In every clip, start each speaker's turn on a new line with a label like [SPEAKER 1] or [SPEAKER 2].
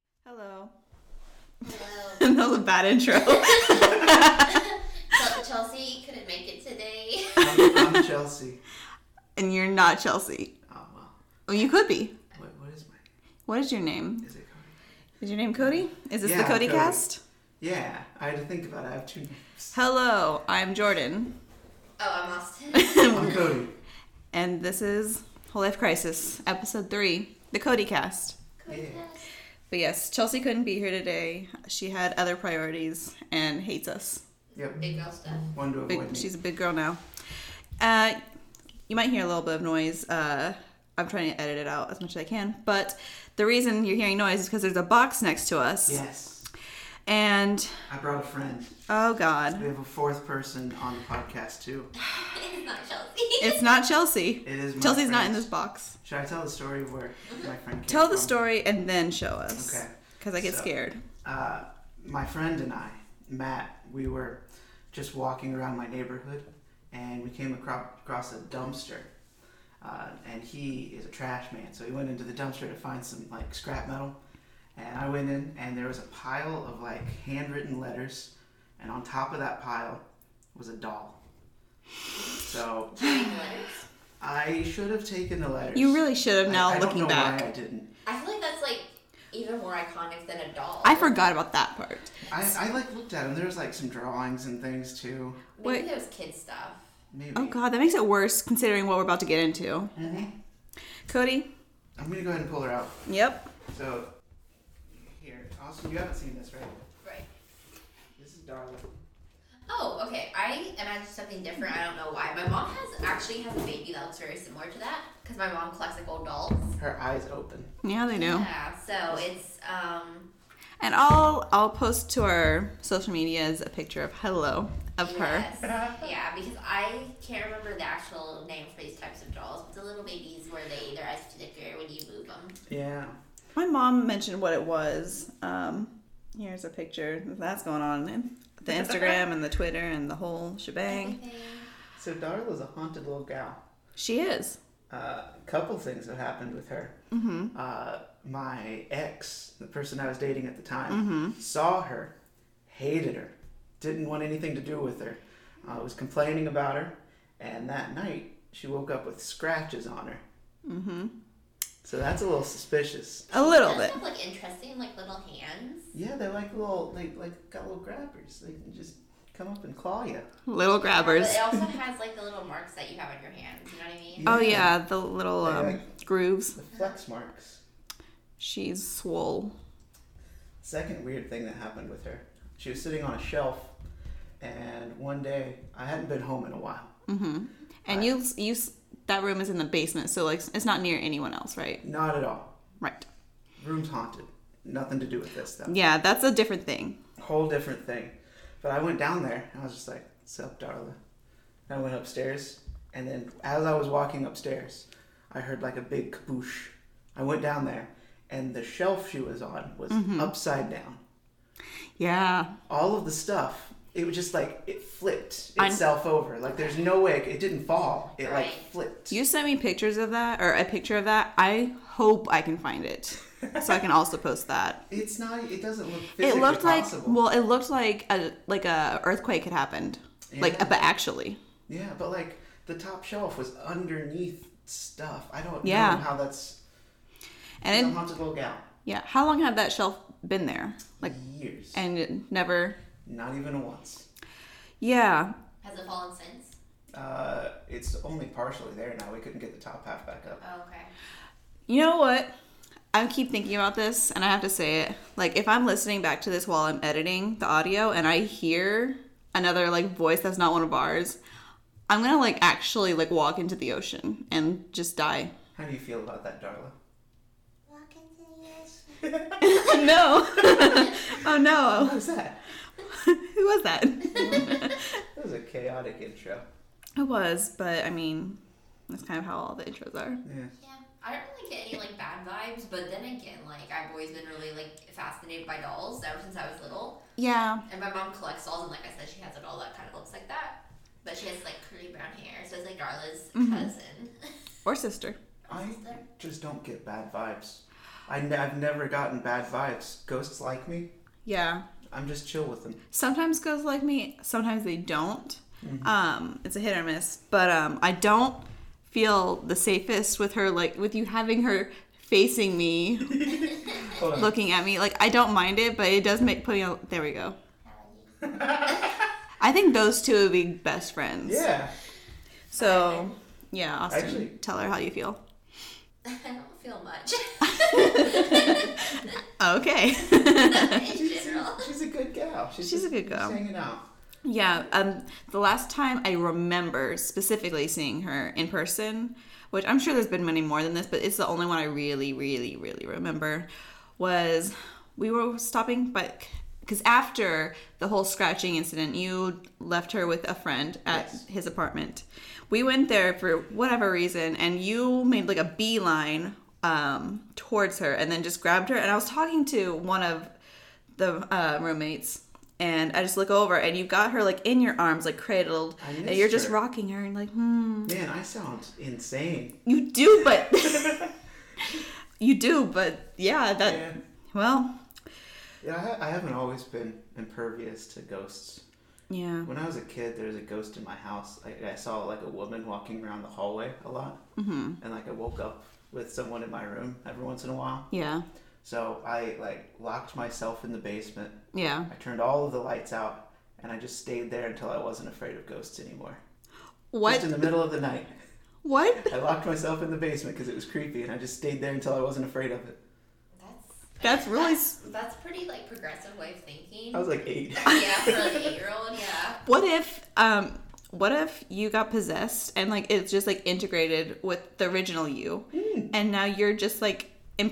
[SPEAKER 1] No.
[SPEAKER 2] and that was a bad intro.
[SPEAKER 1] Chel- Chelsea couldn't make it today.
[SPEAKER 2] I'm-
[SPEAKER 3] I'm,
[SPEAKER 2] I'm
[SPEAKER 3] Chelsea.
[SPEAKER 2] and you're not Chelsea.
[SPEAKER 3] Oh well.
[SPEAKER 2] Well, you could be.
[SPEAKER 3] What, what is my?
[SPEAKER 2] What is your name?
[SPEAKER 3] Is it Cody?
[SPEAKER 2] Is your name Cody? Is this the
[SPEAKER 3] Yeah,
[SPEAKER 2] Cody,
[SPEAKER 3] Cody.
[SPEAKER 2] cast?
[SPEAKER 3] Yeah, I had to think about it. I have two names.
[SPEAKER 2] Hello, I'm Jordan.
[SPEAKER 1] Oh, I'm Austin.
[SPEAKER 3] I'm Cody.
[SPEAKER 2] and this is Whole Life Crisis, episode three, the Cody cast.
[SPEAKER 1] Cody
[SPEAKER 3] Yeah.
[SPEAKER 1] has-
[SPEAKER 2] But yes, Chelsea couldn't be here today. She had other priorities and hates us.
[SPEAKER 3] Yep.
[SPEAKER 1] Big girl stuff.
[SPEAKER 3] One to
[SPEAKER 2] Big,
[SPEAKER 3] avoid me.
[SPEAKER 2] she's a big girl now. Uh, you might hear a little bit of noise. Uh, I'm trying to edit it out as much as I can. But the reason you're hearing noise is because there's a box next to us.
[SPEAKER 3] Yes.
[SPEAKER 2] And
[SPEAKER 3] I brought a friend.
[SPEAKER 2] oh
[SPEAKER 3] We
[SPEAKER 2] god,
[SPEAKER 3] have a fourth person on the podcast too.
[SPEAKER 1] It's not Chelsea.
[SPEAKER 2] it's not Chelsea.
[SPEAKER 3] It is my
[SPEAKER 2] Chelsea's not
[SPEAKER 3] friend.
[SPEAKER 2] in this box.
[SPEAKER 3] Should I tell the story of where my friend came
[SPEAKER 2] Tell the
[SPEAKER 3] from?
[SPEAKER 2] story and then show us.
[SPEAKER 3] Okay.
[SPEAKER 2] Because I get
[SPEAKER 3] So-
[SPEAKER 2] scared.
[SPEAKER 3] Uh, my friend and I, Matt, we were just walking around my neighborhood and we came acro- across a dumpster. Uh, and he is a trash man, so he went into the dumpster to find some like scrap metal. And I went in, and there was a pile of like handwritten letters, and on top of that pile was a doll. So
[SPEAKER 1] Counting letters.
[SPEAKER 3] I should have taken the letters.
[SPEAKER 2] You really should have now
[SPEAKER 3] I, I
[SPEAKER 2] looking
[SPEAKER 3] don't know
[SPEAKER 2] back.
[SPEAKER 3] Why I didn't.
[SPEAKER 1] I feel like that's like even more iconic than a doll.
[SPEAKER 2] I forgot about that part.
[SPEAKER 3] I, I like looked at them. There was like some drawings and things too.
[SPEAKER 1] Maybe
[SPEAKER 2] Wait.
[SPEAKER 1] there was kid stuff.
[SPEAKER 3] Maybe.
[SPEAKER 2] Oh god, that makes it worse considering what we're about to get into.
[SPEAKER 3] Mhm.
[SPEAKER 2] Cody?
[SPEAKER 3] I'm gonna go ahead and pull her out.
[SPEAKER 2] Yep.
[SPEAKER 3] So, here, Austin, you haven't seen this, right?
[SPEAKER 1] Right.
[SPEAKER 3] This is Darla.
[SPEAKER 1] Oh, okay. I imagined something different. I don't know why. My mom has actually has a baby that looks very similar to that because my mom collects like old dolls.
[SPEAKER 3] Her eyes open.
[SPEAKER 2] Yeah, they do.
[SPEAKER 1] Yeah. So it's um.
[SPEAKER 2] And I'll I'll post to our social medias a picture of hello of her.
[SPEAKER 1] yes. Yeah, because I can't remember the actual name for these types of dolls. But the little babies where they their eyes disappear when you move them.
[SPEAKER 3] Yeah.
[SPEAKER 2] My mom mentioned what it was. Um, here's a picture. That's going on in the Instagram and the Twitter and the whole shebang.
[SPEAKER 3] So Darla's a haunted little gal.
[SPEAKER 2] She is.
[SPEAKER 3] A couple things have happened with her.
[SPEAKER 2] Mhm.
[SPEAKER 3] Uh, my ex, the person I was dating at the time, saw her, hated her, didn't want anything to do with her, uh, was complaining about her, and that night she woke up with scratches on her.
[SPEAKER 2] Mm-hmm.
[SPEAKER 3] So that's a little suspicious.
[SPEAKER 2] A little
[SPEAKER 1] Does
[SPEAKER 2] bit.
[SPEAKER 1] Have like interesting like little hands.
[SPEAKER 3] Yeah, they're like little, they like got little grabbers. They can just come up and claw you.
[SPEAKER 2] Little grabbers.
[SPEAKER 1] But it also has like the little marks that you have on your hands. You know what I mean?
[SPEAKER 2] Oh yeah, the little um, grooves.
[SPEAKER 3] The flex marks.
[SPEAKER 2] She's swole.
[SPEAKER 3] Second weird thing that happened with her. She was sitting on a shelf, and one day I hadn't been home in a while.
[SPEAKER 2] Mm-hmm. And you you s- that room is in the basement, so like it's not near anyone else, right?
[SPEAKER 3] Not at all.
[SPEAKER 2] Right.
[SPEAKER 3] Room's haunted. Nothing to do with this though.
[SPEAKER 2] Yeah, that's a different thing.
[SPEAKER 3] Whole different thing. But I went down there and I was just like, "Sup, Darla?" And I went upstairs, and then as I was walking upstairs, I heard like a big kaboosh. I went down there, and the shelf she was on was
[SPEAKER 2] Mm-hmm.
[SPEAKER 3] upside down.
[SPEAKER 2] Yeah.
[SPEAKER 3] all of the stuff it was just like it flipped
[SPEAKER 2] I'm-
[SPEAKER 3] itself over like there's no way it didn't fall it like
[SPEAKER 1] Right.
[SPEAKER 3] flipped
[SPEAKER 2] You sent me pictures of that or a picture of that. I hope I can find it so I can also post that.
[SPEAKER 3] it's not e, it doesn't look
[SPEAKER 2] It
[SPEAKER 3] physically
[SPEAKER 2] looked like
[SPEAKER 3] possible.
[SPEAKER 2] well, it looked like a like a earthquake had happened. Like
[SPEAKER 3] Yeah.
[SPEAKER 2] but actually.
[SPEAKER 3] yeah but like the top shelf was underneath stuff i don't
[SPEAKER 2] Yeah.
[SPEAKER 3] know how that's
[SPEAKER 2] And
[SPEAKER 3] it's a
[SPEAKER 2] it,
[SPEAKER 3] haunted little gal
[SPEAKER 2] yeah, how long had that shelf been there? Like
[SPEAKER 3] years
[SPEAKER 2] and it never
[SPEAKER 3] not even once
[SPEAKER 2] Yeah.
[SPEAKER 1] Has it fallen since?
[SPEAKER 3] uh it's only partially there now we couldn't get the top half back up
[SPEAKER 1] Oh, okay.
[SPEAKER 2] You know what? I keep thinking about this and I have to say it. Like if I'm listening back to this while I'm editing the audio and I hear another like voice that's not one of ours, I'm going to like actually like walk into the ocean and just die.
[SPEAKER 3] how do you feel about that darla
[SPEAKER 1] Walk into the ocean.
[SPEAKER 2] no. oh no.
[SPEAKER 3] what was that
[SPEAKER 2] Who was that?
[SPEAKER 3] that was a chaotic intro
[SPEAKER 2] it was, but I mean, that's kind of how all the intros are.
[SPEAKER 3] yeah
[SPEAKER 1] Yeah. I don't really get any like bad vibes, but then again, like I've always been really like fascinated by dolls ever since I was little.
[SPEAKER 2] Yeah.
[SPEAKER 1] And my mom collects dolls, and like I said, she has a doll that kind of looks like that. But she has like curly brown hair, so it's like Darla's
[SPEAKER 2] Mm-hmm.
[SPEAKER 1] cousin.
[SPEAKER 2] Or sister.
[SPEAKER 3] I
[SPEAKER 1] Sister.
[SPEAKER 3] just don't get bad vibes. I n- I've never gotten bad vibes. Ghosts like me.
[SPEAKER 2] Yeah.
[SPEAKER 3] I'm just chill with them.
[SPEAKER 2] Sometimes girls like me, sometimes they don't.
[SPEAKER 3] Mm-hmm.
[SPEAKER 2] Um, it's a hit or miss, but um, I don't feel the safest with her, like with you having her facing me,
[SPEAKER 3] Hold on.
[SPEAKER 2] looking at me. Like I don't mind it, but it does make putting. A, there we go. I think those two would be best friends.
[SPEAKER 3] Yeah.
[SPEAKER 2] So, yeah, Austin,
[SPEAKER 3] Actually-
[SPEAKER 2] tell her how you feel.
[SPEAKER 1] I don't feel much
[SPEAKER 2] Okay.
[SPEAKER 1] in
[SPEAKER 3] She's,
[SPEAKER 1] general.
[SPEAKER 3] she's a good gal. She's,
[SPEAKER 2] She's a
[SPEAKER 3] just-
[SPEAKER 2] good gal.
[SPEAKER 3] Just hanging out.
[SPEAKER 2] Yeah, um, the last time I remember specifically seeing her in person, which I'm sure there's been many more than this, but it's the only one I really, really, really remember, was we were stopping by, because after the whole scratching incident, you left her with a friend at
[SPEAKER 3] Yes.
[SPEAKER 2] his apartment. We went there for whatever reason, and you made like a beeline um, towards her and then just grabbed her. And I was talking to one of the uh, roommates, and I just look over, and you've got her like in your arms, like cradled,
[SPEAKER 3] I
[SPEAKER 2] and
[SPEAKER 3] missed
[SPEAKER 2] you're just
[SPEAKER 3] her.
[SPEAKER 2] rocking her, and like, hmm,
[SPEAKER 3] Man, I sound insane.
[SPEAKER 2] you do, but you do, but yeah, that.
[SPEAKER 3] Yeah.
[SPEAKER 2] Well,
[SPEAKER 3] Yeah, I, ha- I haven't always been impervious to ghosts.
[SPEAKER 2] yeah,
[SPEAKER 3] When I was a kid, there was a ghost in my house. I, I saw like a woman walking around the hallway a lot, mm-hmm. and like I woke up with someone in my room every once in a while.
[SPEAKER 2] yeah,
[SPEAKER 3] So I like locked myself in the basement.
[SPEAKER 2] yeah.
[SPEAKER 3] I turned all of the lights out, and I just stayed there until I wasn't afraid of ghosts anymore.
[SPEAKER 2] What?
[SPEAKER 3] Just in the middle of the night,
[SPEAKER 2] what?
[SPEAKER 3] I locked myself in the basement because it was creepy, and I just stayed there until I wasn't afraid of it.
[SPEAKER 1] That's
[SPEAKER 2] That's really s-
[SPEAKER 1] that's pretty like progressive way of thinking.
[SPEAKER 3] I was like eight.
[SPEAKER 1] yeah, for like an eight year old, yeah.
[SPEAKER 2] What if um what if you got possessed and like it's just like integrated with the original you
[SPEAKER 3] Hmm.
[SPEAKER 2] and now you're just like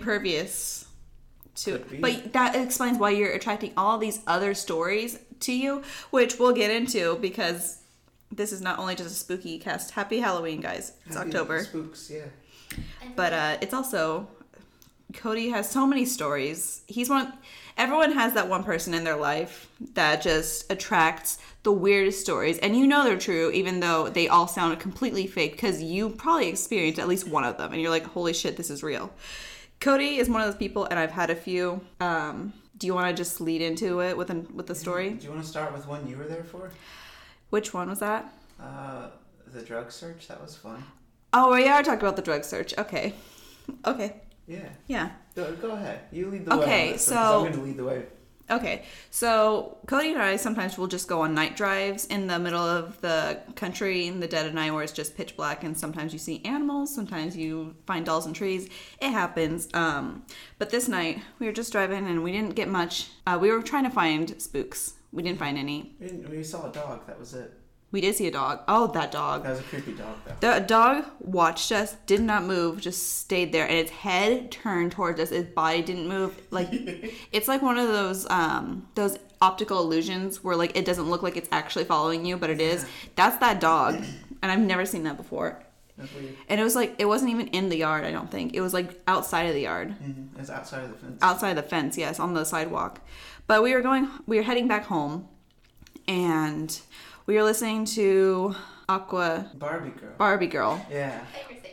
[SPEAKER 2] impervious to
[SPEAKER 3] Could be.
[SPEAKER 2] but that explains why you're attracting all these other stories to you which we'll get into because this is not only just a spooky cast happy halloween guys it's
[SPEAKER 3] Happy
[SPEAKER 2] october
[SPEAKER 3] Spooks, yeah.
[SPEAKER 1] And
[SPEAKER 2] but uh it's also Cody has so many stories. He's one everyone has that one person in their life that just attracts the weirdest stories and you know they're true even though they all sound completely fake cuz you probably experienced at least one of them and you're like holy shit this is real. Cody is one of those people and I've had a few um do you want to just lead into it with an, with the story?
[SPEAKER 3] Do you want to start with one you were there for?
[SPEAKER 2] Which one was that?
[SPEAKER 3] Uh, the drug search. That was fun.
[SPEAKER 2] Oh, we are talking about the drug search. Okay. Okay.
[SPEAKER 3] Yeah.
[SPEAKER 2] Yeah.
[SPEAKER 3] Go, go ahead. You lead the way.
[SPEAKER 2] Okay,
[SPEAKER 3] on this one, 'cause
[SPEAKER 2] so-
[SPEAKER 3] I'm going to lead the way.
[SPEAKER 2] Okay, so Cody and I sometimes will just go on night drives in the middle of the country in the dead of night where it's just pitch black, and sometimes you see animals, sometimes you find dolls and trees. It happens. Um, but this night we were just driving and we didn't get much. Uh, we were trying to find spooks. We didn't find any.
[SPEAKER 3] We, didn't- we saw a dog. That was it.
[SPEAKER 2] We did see a dog. Oh, that dog.
[SPEAKER 3] That was a creepy dog, though.
[SPEAKER 2] The dog watched us, did not move, just stayed there, and its head turned towards us. Its body didn't move. Like it's like one of those um those optical illusions where like it doesn't look like it's actually following you, but it is. That's that dog, and I've never seen that before.
[SPEAKER 3] That's weird.
[SPEAKER 2] And it was like it wasn't even in the yard. I don't think it was like outside of the yard
[SPEAKER 3] Mm-hmm. It's outside of the fence.
[SPEAKER 2] outside the fence yes on the sidewalk but we were going we were heading back home and we were listening to aqua
[SPEAKER 3] Barbie girl.
[SPEAKER 2] barbie girl
[SPEAKER 3] yeah.
[SPEAKER 1] I would say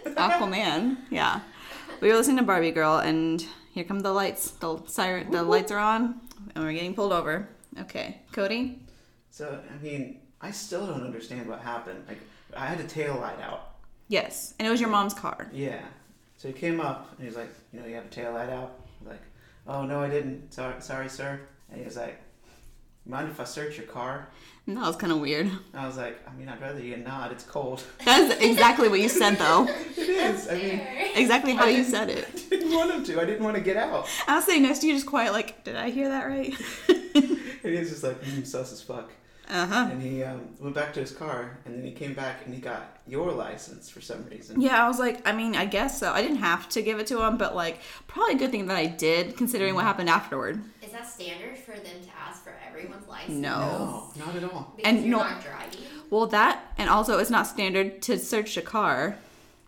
[SPEAKER 1] Aquaman.
[SPEAKER 2] aquaman yeah we were listening to barbie girl and here come the lights the siren the lights are on and we're getting pulled over okay cody
[SPEAKER 3] So I mean, I still don't understand what happened. Like, I had a tail light out.
[SPEAKER 2] yes and it was your mom's car
[SPEAKER 3] Yeah. So he came up and he was like, you know, you have a tail light out. I was like, oh no, I didn't. Sorry, sorry, sir. And he was like, mind if I search your car?
[SPEAKER 2] and that was kind of weird
[SPEAKER 3] And I was like, I mean, I'd rather you not. It's cold.
[SPEAKER 2] that's exactly what you said though
[SPEAKER 3] it is. I mean,
[SPEAKER 1] Fair.
[SPEAKER 2] exactly how you said it
[SPEAKER 3] I didn't want him to. I didn't want to get out.
[SPEAKER 2] i was sitting next to you just quiet like did i hear that right
[SPEAKER 3] And he was just like, mm, sus as fuck.
[SPEAKER 2] uh-huh
[SPEAKER 3] And he um, went back to his car, and then he came back and he got your license for some reason.
[SPEAKER 2] Yeah, I was like, I mean, I guess so. I didn't have to give it to him, but like, probably a good thing that I did, considering what happened afterward.
[SPEAKER 1] Is that standard for them to ask for everyone's license?
[SPEAKER 2] No.
[SPEAKER 3] No, not at all.
[SPEAKER 1] Because
[SPEAKER 2] And
[SPEAKER 1] you're
[SPEAKER 2] no-
[SPEAKER 1] not driving.
[SPEAKER 2] Well, that, and also, it's not standard to search a car,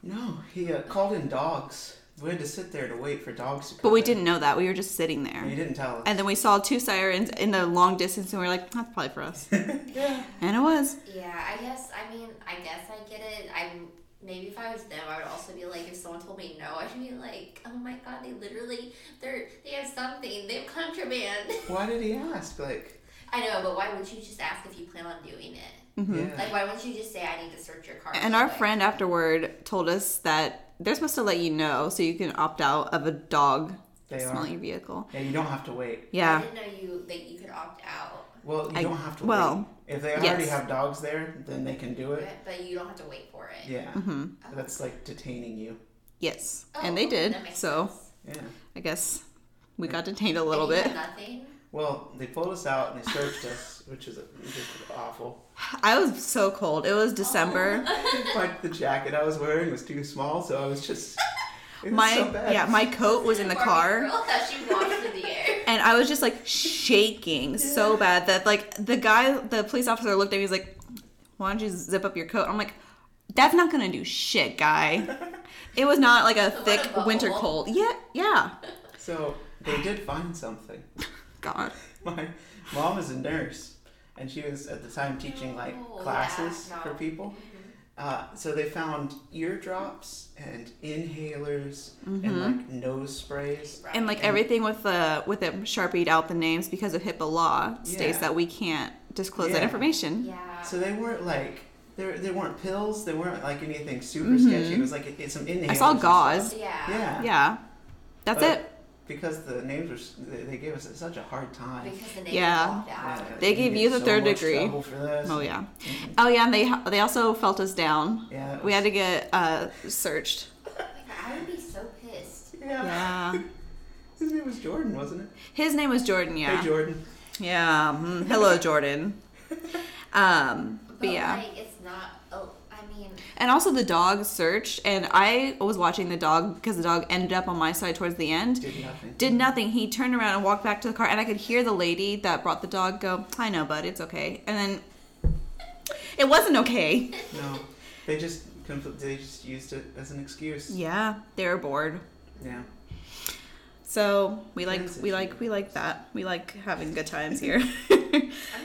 [SPEAKER 3] No, he uh, called in dogs. We had to sit there to wait for dogs to come
[SPEAKER 2] but we
[SPEAKER 3] in.
[SPEAKER 2] didn't know that. We were just sitting
[SPEAKER 3] And He
[SPEAKER 2] there.
[SPEAKER 3] didn't tell us.
[SPEAKER 2] And then we saw two sirens in the long distance, and we were like, that's probably for us.
[SPEAKER 3] yeah.
[SPEAKER 2] And it was.
[SPEAKER 1] Yeah, I guess. I mean, I guess I get it. I'm maybe if I was them, I would also be like, if someone told me no, I should be like, oh my god, they literally, they're they have something. They've contraband.
[SPEAKER 3] Why did he ask? Like,
[SPEAKER 1] I know, but why wouldn't you just ask if you plan on doing it?
[SPEAKER 2] Mm-hmm.
[SPEAKER 3] yeah.
[SPEAKER 1] Like, why wouldn't you just say, I need to search your car?
[SPEAKER 2] Mm. And our
[SPEAKER 1] Like,
[SPEAKER 2] friend afterward told us that they're supposed to let you know so you can opt out of a dog
[SPEAKER 3] They are.
[SPEAKER 2] smelling vehicle.
[SPEAKER 3] yeah, you don't have to wait.
[SPEAKER 1] I
[SPEAKER 2] Yeah.
[SPEAKER 1] didn't know you that you could opt out,
[SPEAKER 3] Well, you
[SPEAKER 2] I-
[SPEAKER 3] don't have to
[SPEAKER 2] well,
[SPEAKER 3] wait. If they already
[SPEAKER 2] yes.
[SPEAKER 3] have dogs there, then they can do it.
[SPEAKER 1] but- but you don't have to wait for it.
[SPEAKER 3] Yeah.
[SPEAKER 2] hmm
[SPEAKER 3] That's like detaining you.
[SPEAKER 2] Yes.
[SPEAKER 1] Oh,
[SPEAKER 2] and they
[SPEAKER 1] okay,
[SPEAKER 2] did.
[SPEAKER 1] that makes
[SPEAKER 2] So
[SPEAKER 1] sense.
[SPEAKER 3] Yeah.
[SPEAKER 2] I guess we got detained a little
[SPEAKER 1] And you
[SPEAKER 2] bit.
[SPEAKER 1] had Nothing.
[SPEAKER 3] Well, they pulled us out and they searched us, which is just awful.
[SPEAKER 2] I was so cold. It was December.
[SPEAKER 1] Oh.
[SPEAKER 3] Like the jacket I was wearing was too small, so I was just. It was
[SPEAKER 2] My
[SPEAKER 3] so bad.
[SPEAKER 2] yeah, my coat was in the
[SPEAKER 1] Barbie
[SPEAKER 2] car.
[SPEAKER 1] Girl that she walked through the air.
[SPEAKER 2] and I was just like shaking so bad that like the guy, the police officer looked at me. He's like, "Why don't you zip up your coat?" I'm like, "That's not gonna do shit, guy." It was not like a
[SPEAKER 1] What
[SPEAKER 2] thick
[SPEAKER 1] a bubble.
[SPEAKER 2] winter cold. Yeah, yeah.
[SPEAKER 3] So they did find something.
[SPEAKER 2] God,
[SPEAKER 3] My mom is a nurse, and she was at the time teaching like
[SPEAKER 1] Oh, yeah,
[SPEAKER 3] classes
[SPEAKER 1] no.
[SPEAKER 3] for people.
[SPEAKER 2] Mm-hmm.
[SPEAKER 3] Uh, so they found eardrops and inhalers
[SPEAKER 2] Mm-hmm.
[SPEAKER 3] and like nose sprays.
[SPEAKER 1] Right.
[SPEAKER 2] and like everything with the with it sharpied out the names because of HIPAA law states
[SPEAKER 3] Yeah.
[SPEAKER 2] that we can't disclose that
[SPEAKER 3] Yeah.
[SPEAKER 2] information.
[SPEAKER 1] yeah.
[SPEAKER 3] So they weren't like they they weren't pills. They weren't like anything super sketchy. It was like it's some inhalers.
[SPEAKER 2] Mm-hmm. I saw
[SPEAKER 3] and
[SPEAKER 2] gauze.
[SPEAKER 1] yeah.
[SPEAKER 3] stuff. Yeah.
[SPEAKER 2] Yeah, that's
[SPEAKER 3] But
[SPEAKER 2] it.
[SPEAKER 3] Because the names were, s- they they gave us such a hard time.
[SPEAKER 1] Because the name
[SPEAKER 2] Yeah.
[SPEAKER 1] walked out.
[SPEAKER 3] Yeah,
[SPEAKER 2] They gave
[SPEAKER 3] get
[SPEAKER 2] you the
[SPEAKER 3] so
[SPEAKER 2] third
[SPEAKER 3] much
[SPEAKER 2] degree.
[SPEAKER 3] trouble For this.
[SPEAKER 2] Oh yeah. Oh yeah, and they they also felt us down.
[SPEAKER 3] Yeah, that
[SPEAKER 2] We
[SPEAKER 3] was-
[SPEAKER 2] had to get uh searched.
[SPEAKER 1] Like, I would be so pissed.
[SPEAKER 3] Yeah.
[SPEAKER 2] Yeah.
[SPEAKER 3] His name was Jordan, wasn't it?
[SPEAKER 2] His name was Jordan, yeah.
[SPEAKER 3] Hey, Jordan.
[SPEAKER 2] Yeah. mm, hello, Jordan. Um, but yeah.
[SPEAKER 1] like, it's not. Oh, I mean,
[SPEAKER 2] And also the dog searched, and I was watching the dog because the dog ended up on my side towards the end.
[SPEAKER 3] Did nothing.
[SPEAKER 2] Did nothing. He turned around and walked back to the car, and I could hear the lady that brought the dog go, I know, bud, it's okay. And then it wasn't okay.
[SPEAKER 3] No, they just compl- they just used it as an excuse.
[SPEAKER 2] Yeah, they were bored.
[SPEAKER 3] Yeah.
[SPEAKER 2] So we like we like we like that. We like having good times here.
[SPEAKER 1] I'm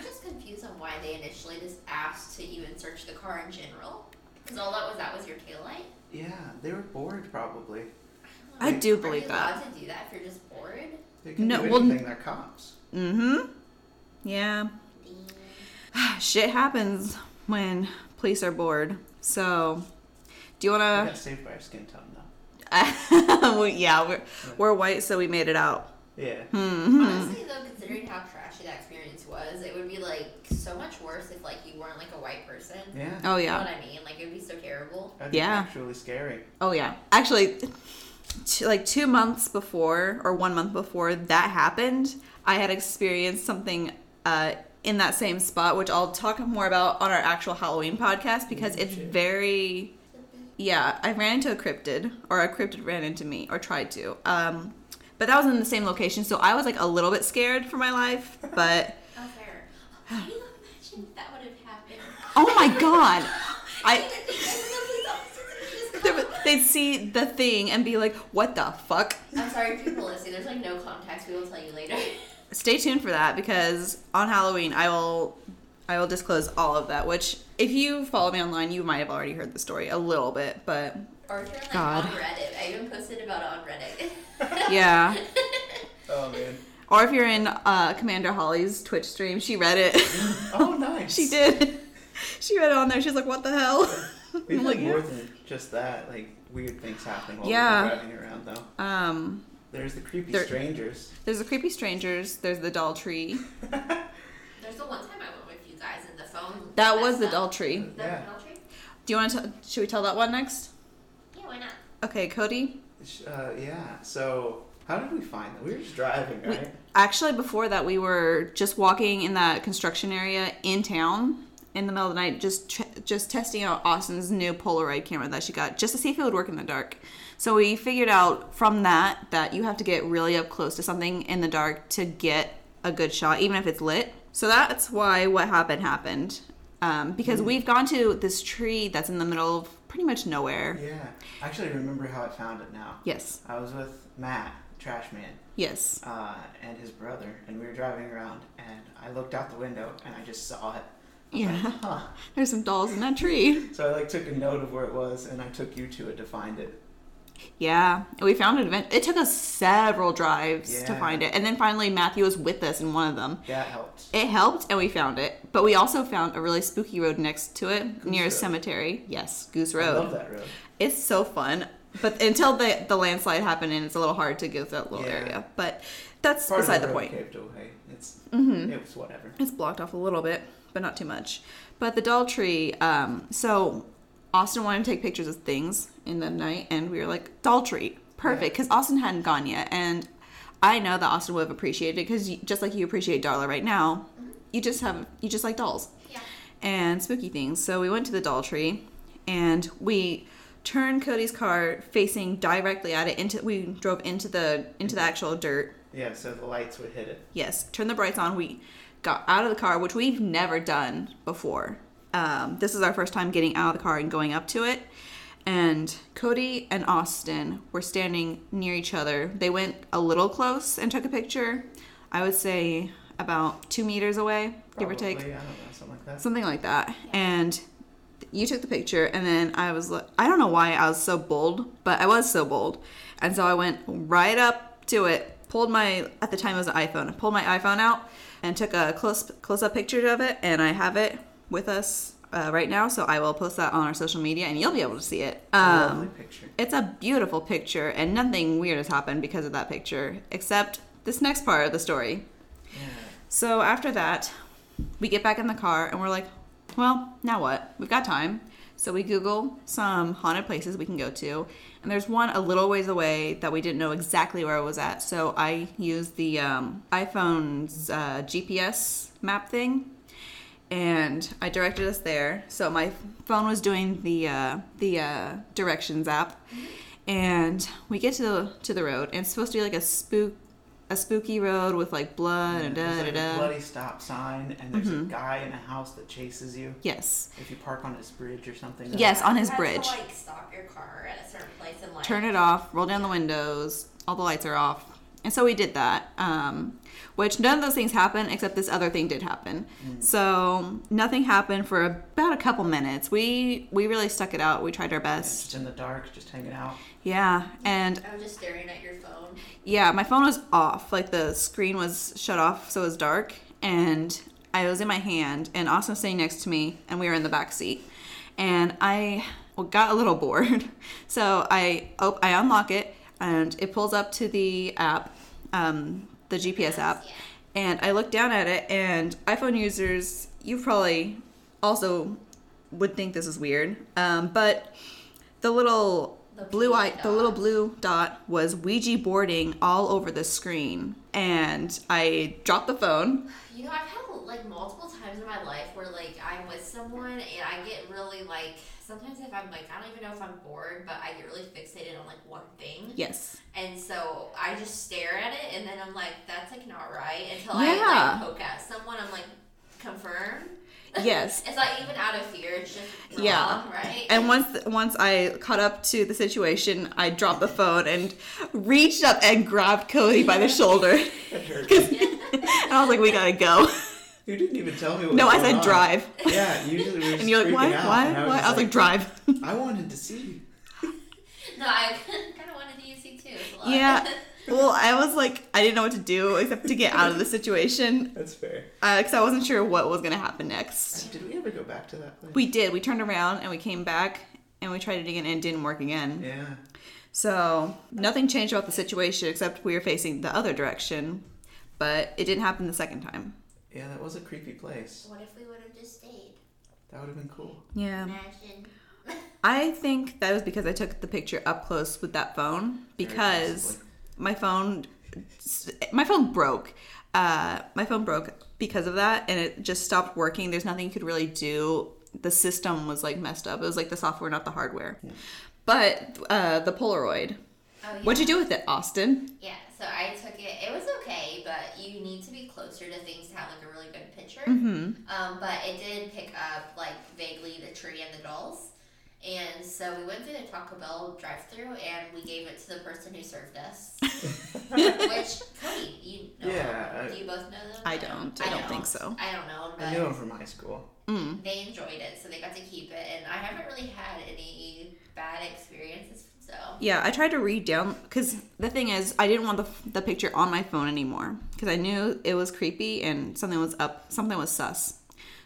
[SPEAKER 1] just confused on why they initially just asked to even search the car in general. Because all that was that was your taillight.
[SPEAKER 3] Yeah, they were bored probably.
[SPEAKER 2] I do
[SPEAKER 1] Are
[SPEAKER 2] believe
[SPEAKER 1] you
[SPEAKER 2] that.
[SPEAKER 1] allowed to do that if you're just bored?
[SPEAKER 3] They can
[SPEAKER 2] No,
[SPEAKER 3] do
[SPEAKER 2] well, n-
[SPEAKER 3] anything. They're cops.
[SPEAKER 2] Mm-hmm. Yeah.
[SPEAKER 1] Ding.
[SPEAKER 2] shit happens when police are bored. So, do you
[SPEAKER 3] We
[SPEAKER 2] want
[SPEAKER 3] got saved by our skin tone though.
[SPEAKER 2] to? yeah, we're, we're white, so we made it out. Hmm,
[SPEAKER 3] Yeah.
[SPEAKER 1] Honestly, though, considering how trashy that experience was, it would be like so much worse if like you weren't like a white person.
[SPEAKER 3] Yeah.
[SPEAKER 2] Oh
[SPEAKER 1] You know
[SPEAKER 2] yeah,
[SPEAKER 1] what I mean? Like it would be so terrible.
[SPEAKER 3] That'd
[SPEAKER 2] Yeah.
[SPEAKER 3] Be actually scary.
[SPEAKER 2] oh yeah. Actually, t- like two months before or one month before that happened, I had experienced something uh, in that same spot, which I'll talk more about on our actual Halloween podcast because it's
[SPEAKER 3] Shit.
[SPEAKER 2] very Yeah, I ran into a cryptid, or a cryptid ran into me, or tried to. Um, but that was in the same location, so I was like a little bit scared for my life. But
[SPEAKER 1] Oh, fair. Can you imagine if that would have happened?
[SPEAKER 2] oh my god,
[SPEAKER 1] Even
[SPEAKER 2] I
[SPEAKER 1] if the police officers would just
[SPEAKER 2] they
[SPEAKER 1] come.
[SPEAKER 2] would- they'd see the thing and be like, "What the fuck?"
[SPEAKER 1] I'm sorry, people listening. There's like no context. We will tell you later.
[SPEAKER 2] Stay tuned for that because on Halloween I will I will disclose all of that. Which if you follow me online, you might have already heard the story a little bit, but
[SPEAKER 1] Or if you're like
[SPEAKER 2] God.
[SPEAKER 1] on Reddit, I even posted about it on Reddit.
[SPEAKER 2] yeah.
[SPEAKER 3] Oh man.
[SPEAKER 2] Or if you're in uh, Commander Holly's Twitch stream, she read it.
[SPEAKER 3] Oh nice.
[SPEAKER 2] She did. She read it on there. She's like, "What the hell?"
[SPEAKER 3] We've
[SPEAKER 2] I'm
[SPEAKER 3] had
[SPEAKER 2] like,
[SPEAKER 3] more than just that. Like weird things happening while
[SPEAKER 2] Yeah.
[SPEAKER 3] we were driving around though.
[SPEAKER 2] um,
[SPEAKER 3] There's the creepy
[SPEAKER 2] There-
[SPEAKER 3] strangers.
[SPEAKER 2] there's the creepy strangers. There's the doll tree.
[SPEAKER 1] There's the one time I went with you guys and the phone.
[SPEAKER 2] That was the
[SPEAKER 1] messed
[SPEAKER 2] doll
[SPEAKER 1] up.
[SPEAKER 2] tree.
[SPEAKER 1] The
[SPEAKER 3] Yeah.
[SPEAKER 1] adultery?
[SPEAKER 2] Do you want to? Should we tell that one next?
[SPEAKER 1] Yeah, why not?
[SPEAKER 2] Okay, Cody.
[SPEAKER 3] Sh- Uh, yeah. So how did we find them? We were just driving,
[SPEAKER 2] We-
[SPEAKER 3] right?
[SPEAKER 2] Actually, before that, we were just walking in that construction area in town in the middle of the night, just tr- just testing out Austin's new Polaroid camera that she got, just to see if it would work in the dark. So we figured out from that that you have to get really up close to something in the dark to get a good shot, even if it's lit. So that's why what happened happened, um, because we've gone to this tree that's in the middle of pretty much nowhere.
[SPEAKER 3] Yeah. I actually remember how I found it now.
[SPEAKER 2] Yes,
[SPEAKER 3] I was with Matt, Trash Man,
[SPEAKER 2] yes.
[SPEAKER 3] uh, and his brother, and we were driving around, and I looked out the window, and I just saw it.
[SPEAKER 2] Yeah.
[SPEAKER 3] Like, huh.
[SPEAKER 2] There's some dolls in that tree.
[SPEAKER 3] So I like took a note of where it was, and I took you to it to find it.
[SPEAKER 2] Yeah, we found it. Event- it took us several drives to
[SPEAKER 3] Yeah.
[SPEAKER 2] find it, and then finally Matthew was with us in one of them.
[SPEAKER 3] That helped.
[SPEAKER 2] It helped, and we found it. But we also found a really spooky road next to it, near a
[SPEAKER 3] Road.
[SPEAKER 2] cemetery. Yes, Goose
[SPEAKER 3] I
[SPEAKER 2] Road.
[SPEAKER 3] love that road.
[SPEAKER 2] It's so fun. But until the the landslide happened, and it's a little hard to get to that little
[SPEAKER 3] Yeah.
[SPEAKER 2] area. But that's
[SPEAKER 3] Part
[SPEAKER 2] beside
[SPEAKER 3] of the,
[SPEAKER 2] the
[SPEAKER 3] road
[SPEAKER 2] point. Mm-hmm.
[SPEAKER 3] Caved away. It's it was whatever.
[SPEAKER 2] It's blocked off a little bit, but not too much. But the doll tree, um, so Austin wanted to take pictures of things in the night, and we were like, doll tree, perfect, because Austin hadn't gone yet. And I know that Austin would have appreciated it, because just like you appreciate Darla right now, you just have, you just like dolls
[SPEAKER 1] Yeah.
[SPEAKER 2] and spooky things. So we went to the doll tree and we turned Cody's car facing directly at it into we drove into the into the actual dirt.
[SPEAKER 3] Yeah, so the lights would hit it.
[SPEAKER 2] Yes, turned the brights on. We got out of the car, which we've never done before. Um, this is our first time getting out of the car and going up to it. And Cody and Austin were standing near each other. They went a little close and took a picture. I would say about two meters away, give or take
[SPEAKER 3] Probably, I don't know, something like that.
[SPEAKER 2] something like that.
[SPEAKER 1] Yeah.
[SPEAKER 2] And you took the picture, and then I was like, I don't know why I was so bold, but I was so bold, and so I went right up to it, pulled my at the time it was an iPhone, I pulled my iPhone out and took a close close up picture of it, and I have it with us uh, right now, so I will post that on our social media, and you'll be able to see it.
[SPEAKER 3] Lovely
[SPEAKER 2] Um,
[SPEAKER 3] picture.
[SPEAKER 2] it's a beautiful picture, and nothing weird has happened because of that picture, except this next part of the story.
[SPEAKER 3] Yeah.
[SPEAKER 2] So after that, we get back in the car and we're like, well, now what? We've got time. So we Google some haunted places we can go to. And there's one a little ways away that we didn't know exactly where it was at. So I used the um, iPhone's uh, GPS map thing. And I directed us there. So my phone was doing the uh, the uh, directions app, and we get to the to the road. And it's supposed to be like a spook a spooky road with like blood and da
[SPEAKER 3] There's
[SPEAKER 2] da
[SPEAKER 3] like
[SPEAKER 2] da. Mm-hmm.
[SPEAKER 3] a bloody stop sign, and there's a guy in a house that chases you
[SPEAKER 2] Yes.
[SPEAKER 3] if you park on his bridge or something.
[SPEAKER 2] Yes, on his
[SPEAKER 1] You have to,
[SPEAKER 2] bridge.
[SPEAKER 1] like stop your car at a certain place and like
[SPEAKER 2] Turn it off, roll down the windows, all the lights are off. And so we did that, um, which none of those things happened except this other thing did happen. So nothing happened for about a couple minutes. We we really stuck it out. We tried our
[SPEAKER 3] It's
[SPEAKER 2] best.
[SPEAKER 3] just in the dark, just hanging out.
[SPEAKER 2] Yeah, and
[SPEAKER 1] I was just staring at your phone.
[SPEAKER 2] yeah, my phone was off. Like the screen was shut off, so it was dark. And I was in my hand, and Austin was sitting next to me, and we were in the back seat. And I well, got a little bored, so I op- I unlock it, and it pulls up to the app, um, the GPS app.
[SPEAKER 1] Yeah.
[SPEAKER 2] And I looked down at it, and iPhone users, you probably also would think this is weird, um, but the little
[SPEAKER 1] The
[SPEAKER 2] blue
[SPEAKER 1] blue
[SPEAKER 2] eye, the little
[SPEAKER 1] dot.
[SPEAKER 2] blue dot was Ouija boarding all over the screen, and I dropped the phone.
[SPEAKER 1] You know, I've had like multiple times in my life where like I'm with someone and I get really like sometimes if I'm like I don't even know if I'm bored, but I get really fixated on like one thing.
[SPEAKER 2] Yes,
[SPEAKER 1] And so I just stare at it, and then I'm like, that's like not right. Until
[SPEAKER 2] Yeah.
[SPEAKER 1] I like poke at someone, I'm like, confirm.
[SPEAKER 2] yes.
[SPEAKER 1] It's not even out of fear. It's just wrong,
[SPEAKER 2] Yeah.
[SPEAKER 1] right.
[SPEAKER 2] And once once I caught up to the situation, I dropped the phone and reached up and grabbed Cody by the shoulder,
[SPEAKER 3] It hurt.
[SPEAKER 2] and I was like, "We gotta go."
[SPEAKER 3] you didn't even tell me what
[SPEAKER 2] No,
[SPEAKER 3] was
[SPEAKER 2] I
[SPEAKER 3] going
[SPEAKER 2] said
[SPEAKER 3] on.
[SPEAKER 2] drive.
[SPEAKER 3] Yeah, usually we're just
[SPEAKER 2] And you're like,
[SPEAKER 3] freaking
[SPEAKER 2] why,
[SPEAKER 3] out,
[SPEAKER 2] why,
[SPEAKER 3] and
[SPEAKER 2] why? I
[SPEAKER 3] just
[SPEAKER 2] was like, drive.
[SPEAKER 3] I wanted to see you.
[SPEAKER 1] no, I kind of wanted to use you too. It's a lot.
[SPEAKER 2] yeah. Well, I was like, I didn't know what to do except to get out of the situation
[SPEAKER 3] That's fair.
[SPEAKER 2] because Uh, I wasn't sure what was going to happen next.
[SPEAKER 3] Did we ever go back to that place?
[SPEAKER 2] We did. We turned around and we came back and we tried it again and it didn't work again.
[SPEAKER 3] yeah.
[SPEAKER 2] So nothing changed about the situation except we were facing the other direction, but it didn't happen the second time.
[SPEAKER 3] Yeah, that was a creepy place.
[SPEAKER 1] what if we would have just stayed?
[SPEAKER 3] That would have been cool.
[SPEAKER 2] Yeah.
[SPEAKER 1] Imagine.
[SPEAKER 2] I think that was because I took the picture up close with that phone
[SPEAKER 3] Very
[SPEAKER 2] because
[SPEAKER 3] possibly.
[SPEAKER 2] my phone my phone broke. Uh, my phone broke because of that and it just stopped working. There's nothing you could really do. The system was like messed up. It was like the software, not the hardware. But uh, the Polaroid.
[SPEAKER 1] Oh, yeah.
[SPEAKER 2] What'd you do with it, Austin?
[SPEAKER 1] Yeah, so I took it. It was okay, but you need to be closer to things to have like a really good picture.
[SPEAKER 2] Mm-hmm.
[SPEAKER 1] Um, but it did pick up like vaguely the tree and the dolls. And so we went through the Taco Bell drive-through, and we gave it to the person who served us. Which Cody, you know,
[SPEAKER 3] Yeah,
[SPEAKER 1] him.
[SPEAKER 3] I-
[SPEAKER 1] do you both know them?
[SPEAKER 2] I don't. I don't think so.
[SPEAKER 1] I don't know, 'em,
[SPEAKER 3] I knew
[SPEAKER 1] but
[SPEAKER 3] him from high school.
[SPEAKER 2] Mm.
[SPEAKER 1] they enjoyed it, so they got to keep it. And I haven't really had any bad experiences So
[SPEAKER 2] Yeah, I tried to read down because the thing is, I didn't want the, the picture on my phone anymore because I knew it was creepy and something was up, something was sus.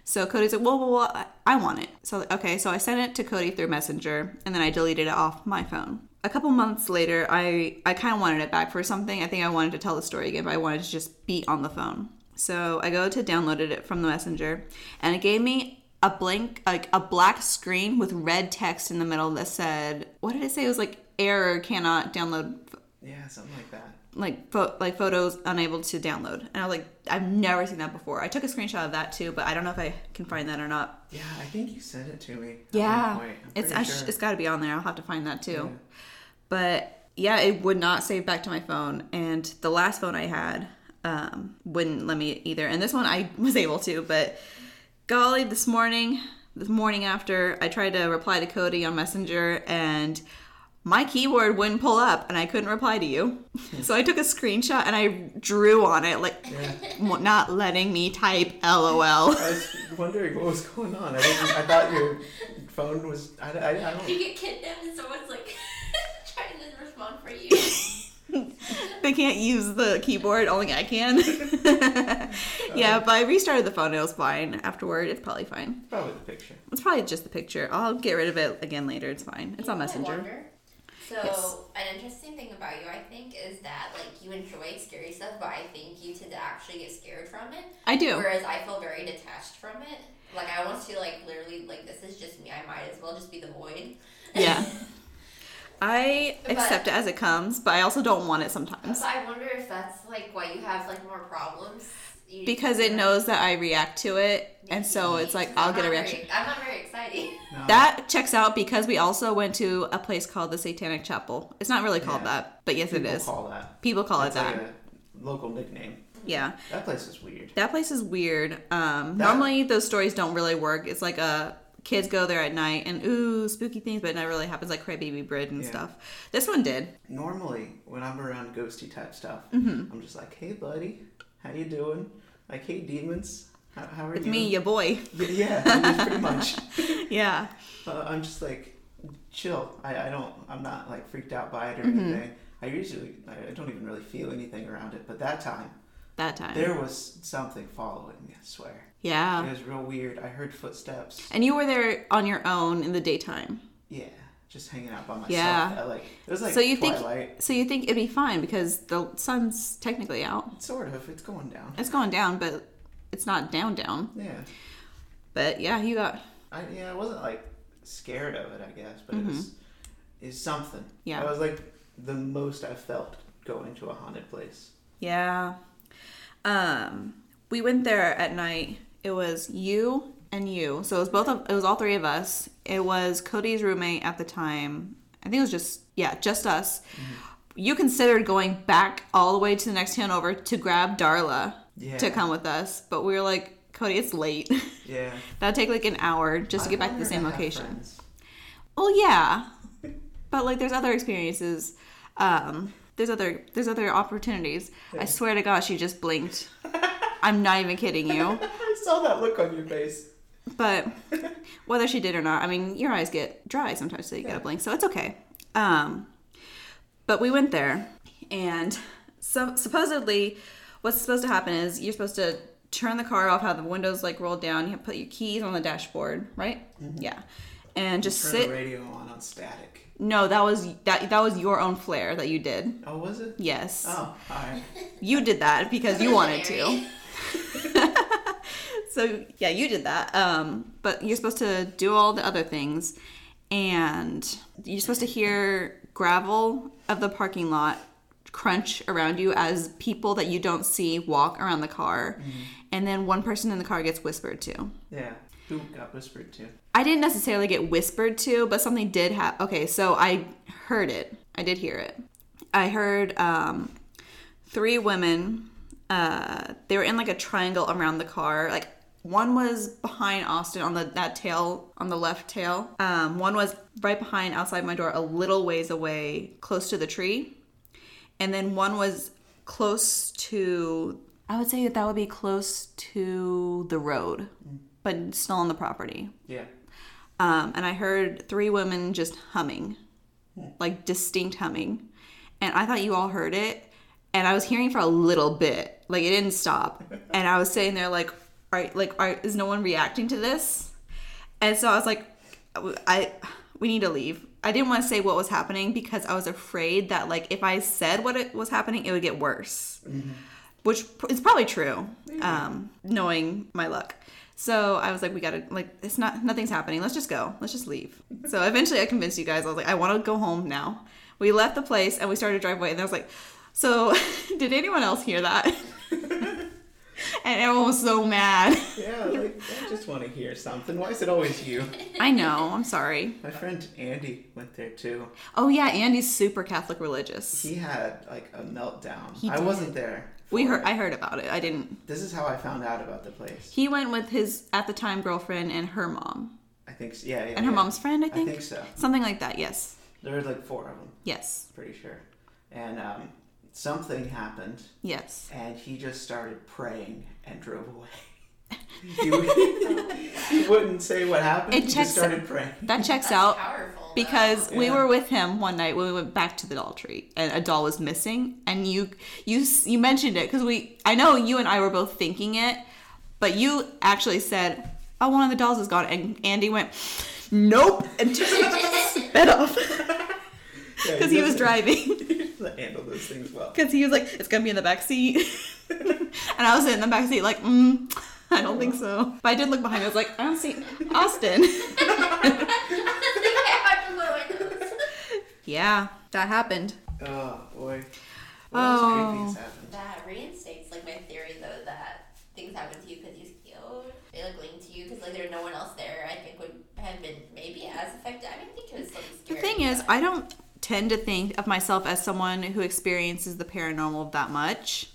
[SPEAKER 2] So Cody's like, "Well, well, well I- I want it." So like, okay, so I sent it to Cody through Messenger, and then I deleted it off my phone. A couple months later, I I kind of wanted it back for something. I think I wanted to tell the story again, but I wanted to just be on the phone. So I go to downloaded it from the Messenger, and it gave me a blank like a black screen with red text in the middle that said, "What did it say?" It was like error cannot download
[SPEAKER 3] Yeah, something like that.
[SPEAKER 2] like pho- like photos unable to download. And I was like, I've never seen that before. I took a screenshot of that too, but I don't know if I can find that or not.
[SPEAKER 3] Yeah, I think you sent it to me. at
[SPEAKER 2] Yeah,
[SPEAKER 3] one point. I'm
[SPEAKER 2] it's I
[SPEAKER 3] pretty
[SPEAKER 2] sh-
[SPEAKER 3] sure.
[SPEAKER 2] it's got to be on there. I'll have to find that too. But yeah, it would not save back to my phone, and the last phone I had um, wouldn't let me either. And this one I was able to, but golly, this morning, this morning after, I tried to reply to Cody on Messenger and my keyword wouldn't pull up and I couldn't reply to you. so I took a screenshot and I drew on it, like, not letting me type LOL.
[SPEAKER 3] I was wondering what was going on. I, wasn't, I thought your phone was. I, I,
[SPEAKER 1] you
[SPEAKER 3] I don't.
[SPEAKER 1] get kidnapped and someone's like trying to respond for you.
[SPEAKER 2] they can't use the keyboard, only I can. yeah, but I restarted the phone, it was fine. Afterward, it's probably fine.
[SPEAKER 3] Probably the picture.
[SPEAKER 2] It's probably just the picture. I'll get rid of it again later, it's fine. It's on
[SPEAKER 1] I
[SPEAKER 2] Messenger.
[SPEAKER 1] wonder. So
[SPEAKER 2] Yes.
[SPEAKER 1] an interesting thing about you, I think, is that like you enjoy scary stuff, but I think you tend to actually get scared from it.
[SPEAKER 2] I do.
[SPEAKER 1] Whereas I feel very detached from it. Like I want to like literally like this is just me. I might as well just be the void.
[SPEAKER 2] Yeah. I
[SPEAKER 1] But-
[SPEAKER 2] accept it as it comes, but I also don't want it sometimes
[SPEAKER 1] so I wonder if that's like why you have like more problems. You-
[SPEAKER 2] because it knows that I react to it, and so it's like I'll
[SPEAKER 1] I'm
[SPEAKER 2] get a
[SPEAKER 1] not
[SPEAKER 2] reaction.
[SPEAKER 1] very- I'm not very exciting.
[SPEAKER 3] No,
[SPEAKER 2] That checks out because we also went to a place called the Satanic Chapel. It's not really called
[SPEAKER 3] Yeah.
[SPEAKER 2] that, but yes,
[SPEAKER 3] people
[SPEAKER 2] it is.
[SPEAKER 3] Call that.
[SPEAKER 2] people call it
[SPEAKER 3] That's
[SPEAKER 2] that.
[SPEAKER 3] like a local nickname.
[SPEAKER 2] yeah.
[SPEAKER 3] That place is weird.
[SPEAKER 2] That place is weird. Um,
[SPEAKER 3] That-
[SPEAKER 2] normally, those stories don't really work. It's like a kids go there at night and ooh, spooky things, but it never really happens, like Crybaby Bridge and
[SPEAKER 3] Yeah.
[SPEAKER 2] stuff. This one did.
[SPEAKER 3] Normally, when I'm around ghosty type stuff,
[SPEAKER 2] Mm-hmm.
[SPEAKER 3] I'm just like, "Hey, buddy, how you doing? Like, hey, demons, how, how are
[SPEAKER 2] It's
[SPEAKER 3] you?"
[SPEAKER 2] me, your boy.
[SPEAKER 3] Y- Yeah, I mean, pretty much.
[SPEAKER 2] yeah,
[SPEAKER 3] Uh, I'm just like, chill. I, I don't. I'm not like freaked out by it or
[SPEAKER 2] Mm-hmm.
[SPEAKER 3] anything. I usually, I I don't even really feel anything around it. But that time,
[SPEAKER 2] that time.
[SPEAKER 3] there was something following me. I swear.
[SPEAKER 2] yeah.
[SPEAKER 3] It was real weird. I heard footsteps.
[SPEAKER 2] And you were there on your own in the daytime.
[SPEAKER 3] Yeah, just hanging out by myself.
[SPEAKER 2] Yeah.
[SPEAKER 3] at, like it was like
[SPEAKER 2] so you
[SPEAKER 3] twilight.
[SPEAKER 2] think so you think it'd be fine because the sun's technically out.
[SPEAKER 3] Sort of. It's going down.
[SPEAKER 2] It's going down, but it's not down down.
[SPEAKER 3] Yeah.
[SPEAKER 2] But yeah, you got
[SPEAKER 3] I yeah. I wasn't like scared of it. I guess, but it was is something.
[SPEAKER 2] Mm-hmm. Yeah.
[SPEAKER 3] That was like the most I felt going to a haunted place.
[SPEAKER 2] Yeah. Um, we went there at night. It was you and you. So it was both of it was all three of us. It was Cody's roommate at the time. I think it was just yeah, just us. You considered going back all the way to the next town over to grab Darla
[SPEAKER 3] Yeah.
[SPEAKER 2] to come with us, but we were like, Cody, it's late.
[SPEAKER 3] Yeah.
[SPEAKER 2] That'd take like an hour just to
[SPEAKER 3] I
[SPEAKER 2] get back to the
[SPEAKER 3] wonder
[SPEAKER 2] same
[SPEAKER 3] if I have
[SPEAKER 2] location.
[SPEAKER 3] friends.
[SPEAKER 2] Well, yeah, but like there's other experiences. Um, there's other there's other opportunities. I swear to God, she just blinked. I'm not even kidding you.
[SPEAKER 3] I saw that look on your face.
[SPEAKER 2] But whether she did or not, I mean, your eyes get dry sometimes, so you gotta blink. So it's okay. Um, but we went there, and so supposedly, what's supposed to happen is you're supposed to turn the car off, have the windows like rolled down, you put your keys on the dashboard, right? Yeah, and just
[SPEAKER 3] Turn
[SPEAKER 2] sit.
[SPEAKER 3] the radio on on static.
[SPEAKER 2] No, that was that that was your own flair that you did.
[SPEAKER 3] Oh, was it?
[SPEAKER 2] Yes.
[SPEAKER 3] Oh, all right.
[SPEAKER 2] You did that because you wanted to.
[SPEAKER 1] Visionary.
[SPEAKER 2] So yeah, you did that. Um but you're supposed to do all the other things and you're supposed to hear gravel of the parking lot crunch around you as people that you don't see walk around the car. And then one person in the car gets whispered to.
[SPEAKER 3] Yeah. Who got whispered to?
[SPEAKER 2] I didn't necessarily get whispered to, but something did happen. Okay, so I heard it. I did hear it. I heard um, three women. Uh, they were in like a triangle around the car. Like one was behind Austin on the that tail on the left tail. Um, one was right behind outside my door, a little ways away, close to the tree, and then one was close to. I would say that that would be close to the road, but still on the property
[SPEAKER 3] Yeah.
[SPEAKER 2] um, and I heard three women just humming like distinct humming. And I thought you all heard it. And I was hearing for a little bit, like it didn't stop. And I was sitting there, like, all right, like, are, is no one reacting to this? And so I was like, I, we need to leave. I didn't want to say what was happening because I was afraid that, like, if I said what it was happening, it would get worse, which pr- is probably true, um, knowing my luck. So I was like, we gotta, like, it's not, nothing's happening. Let's just go. Let's just leave. So eventually I convinced you guys. I was like, I want to go home now. We left the place and we started to drive away. And I was like, so did anyone else hear that? and everyone was so mad.
[SPEAKER 3] Yeah, like, I just want to hear something. Why is it always you?
[SPEAKER 2] I know. I'm sorry.
[SPEAKER 3] My friend Andy went there too.
[SPEAKER 2] Oh yeah, Andy's super Catholic religious.
[SPEAKER 3] He had like a meltdown.
[SPEAKER 2] He
[SPEAKER 3] I
[SPEAKER 2] did.
[SPEAKER 3] wasn't there.
[SPEAKER 2] We
[SPEAKER 3] for
[SPEAKER 2] heard.
[SPEAKER 3] it.
[SPEAKER 2] I heard about it. I didn't.
[SPEAKER 3] This is how I found out about the place.
[SPEAKER 2] He went with his at the time girlfriend and her mom
[SPEAKER 3] I think. s- Yeah, yeah.
[SPEAKER 2] and her
[SPEAKER 3] yeah.
[SPEAKER 2] mom's friend. I
[SPEAKER 3] I
[SPEAKER 2] think.
[SPEAKER 3] think so.
[SPEAKER 2] Something like that. Yes.
[SPEAKER 3] There were like four of them,
[SPEAKER 2] Yes.
[SPEAKER 3] pretty sure. And um, something happened,
[SPEAKER 2] Yes.
[SPEAKER 3] and he just started praying and drove away. he, would, he wouldn't say what happened.
[SPEAKER 2] It
[SPEAKER 3] he
[SPEAKER 2] checks-
[SPEAKER 3] just started praying.
[SPEAKER 2] That checks
[SPEAKER 1] That's
[SPEAKER 2] out
[SPEAKER 1] powerful. though.
[SPEAKER 2] because we
[SPEAKER 3] Yeah.
[SPEAKER 2] were with him one night when we went back to the doll tree and a doll was missing and you you you mentioned it because we I know you and I were both thinking it, but you actually said, "Oh, one of the dolls is gone," and Andy went, "Nope," and just sped off
[SPEAKER 3] Yeah,
[SPEAKER 2] because he was
[SPEAKER 3] doesn't-
[SPEAKER 2] driving.
[SPEAKER 3] He doesn't handle those things well.
[SPEAKER 2] because he was like, "It's gonna be in the back seat," and I was sitting in the back seat like, mm, "I don't think so." But I did look behind me. I was like, "I don't see Austin."
[SPEAKER 1] I have to blow my nose.
[SPEAKER 2] yeah, that happened.
[SPEAKER 3] Oh boy. What
[SPEAKER 2] Oh.
[SPEAKER 3] else creepy has happened?
[SPEAKER 1] That reinstates like my theory though that things happen to you because he's cute. They like link to you because like there's no one else there. I think would have been maybe as affected. I mean, I think it was still
[SPEAKER 2] The
[SPEAKER 1] scary.
[SPEAKER 2] thing is, I don't tend to think of myself as someone who experiences the paranormal that much.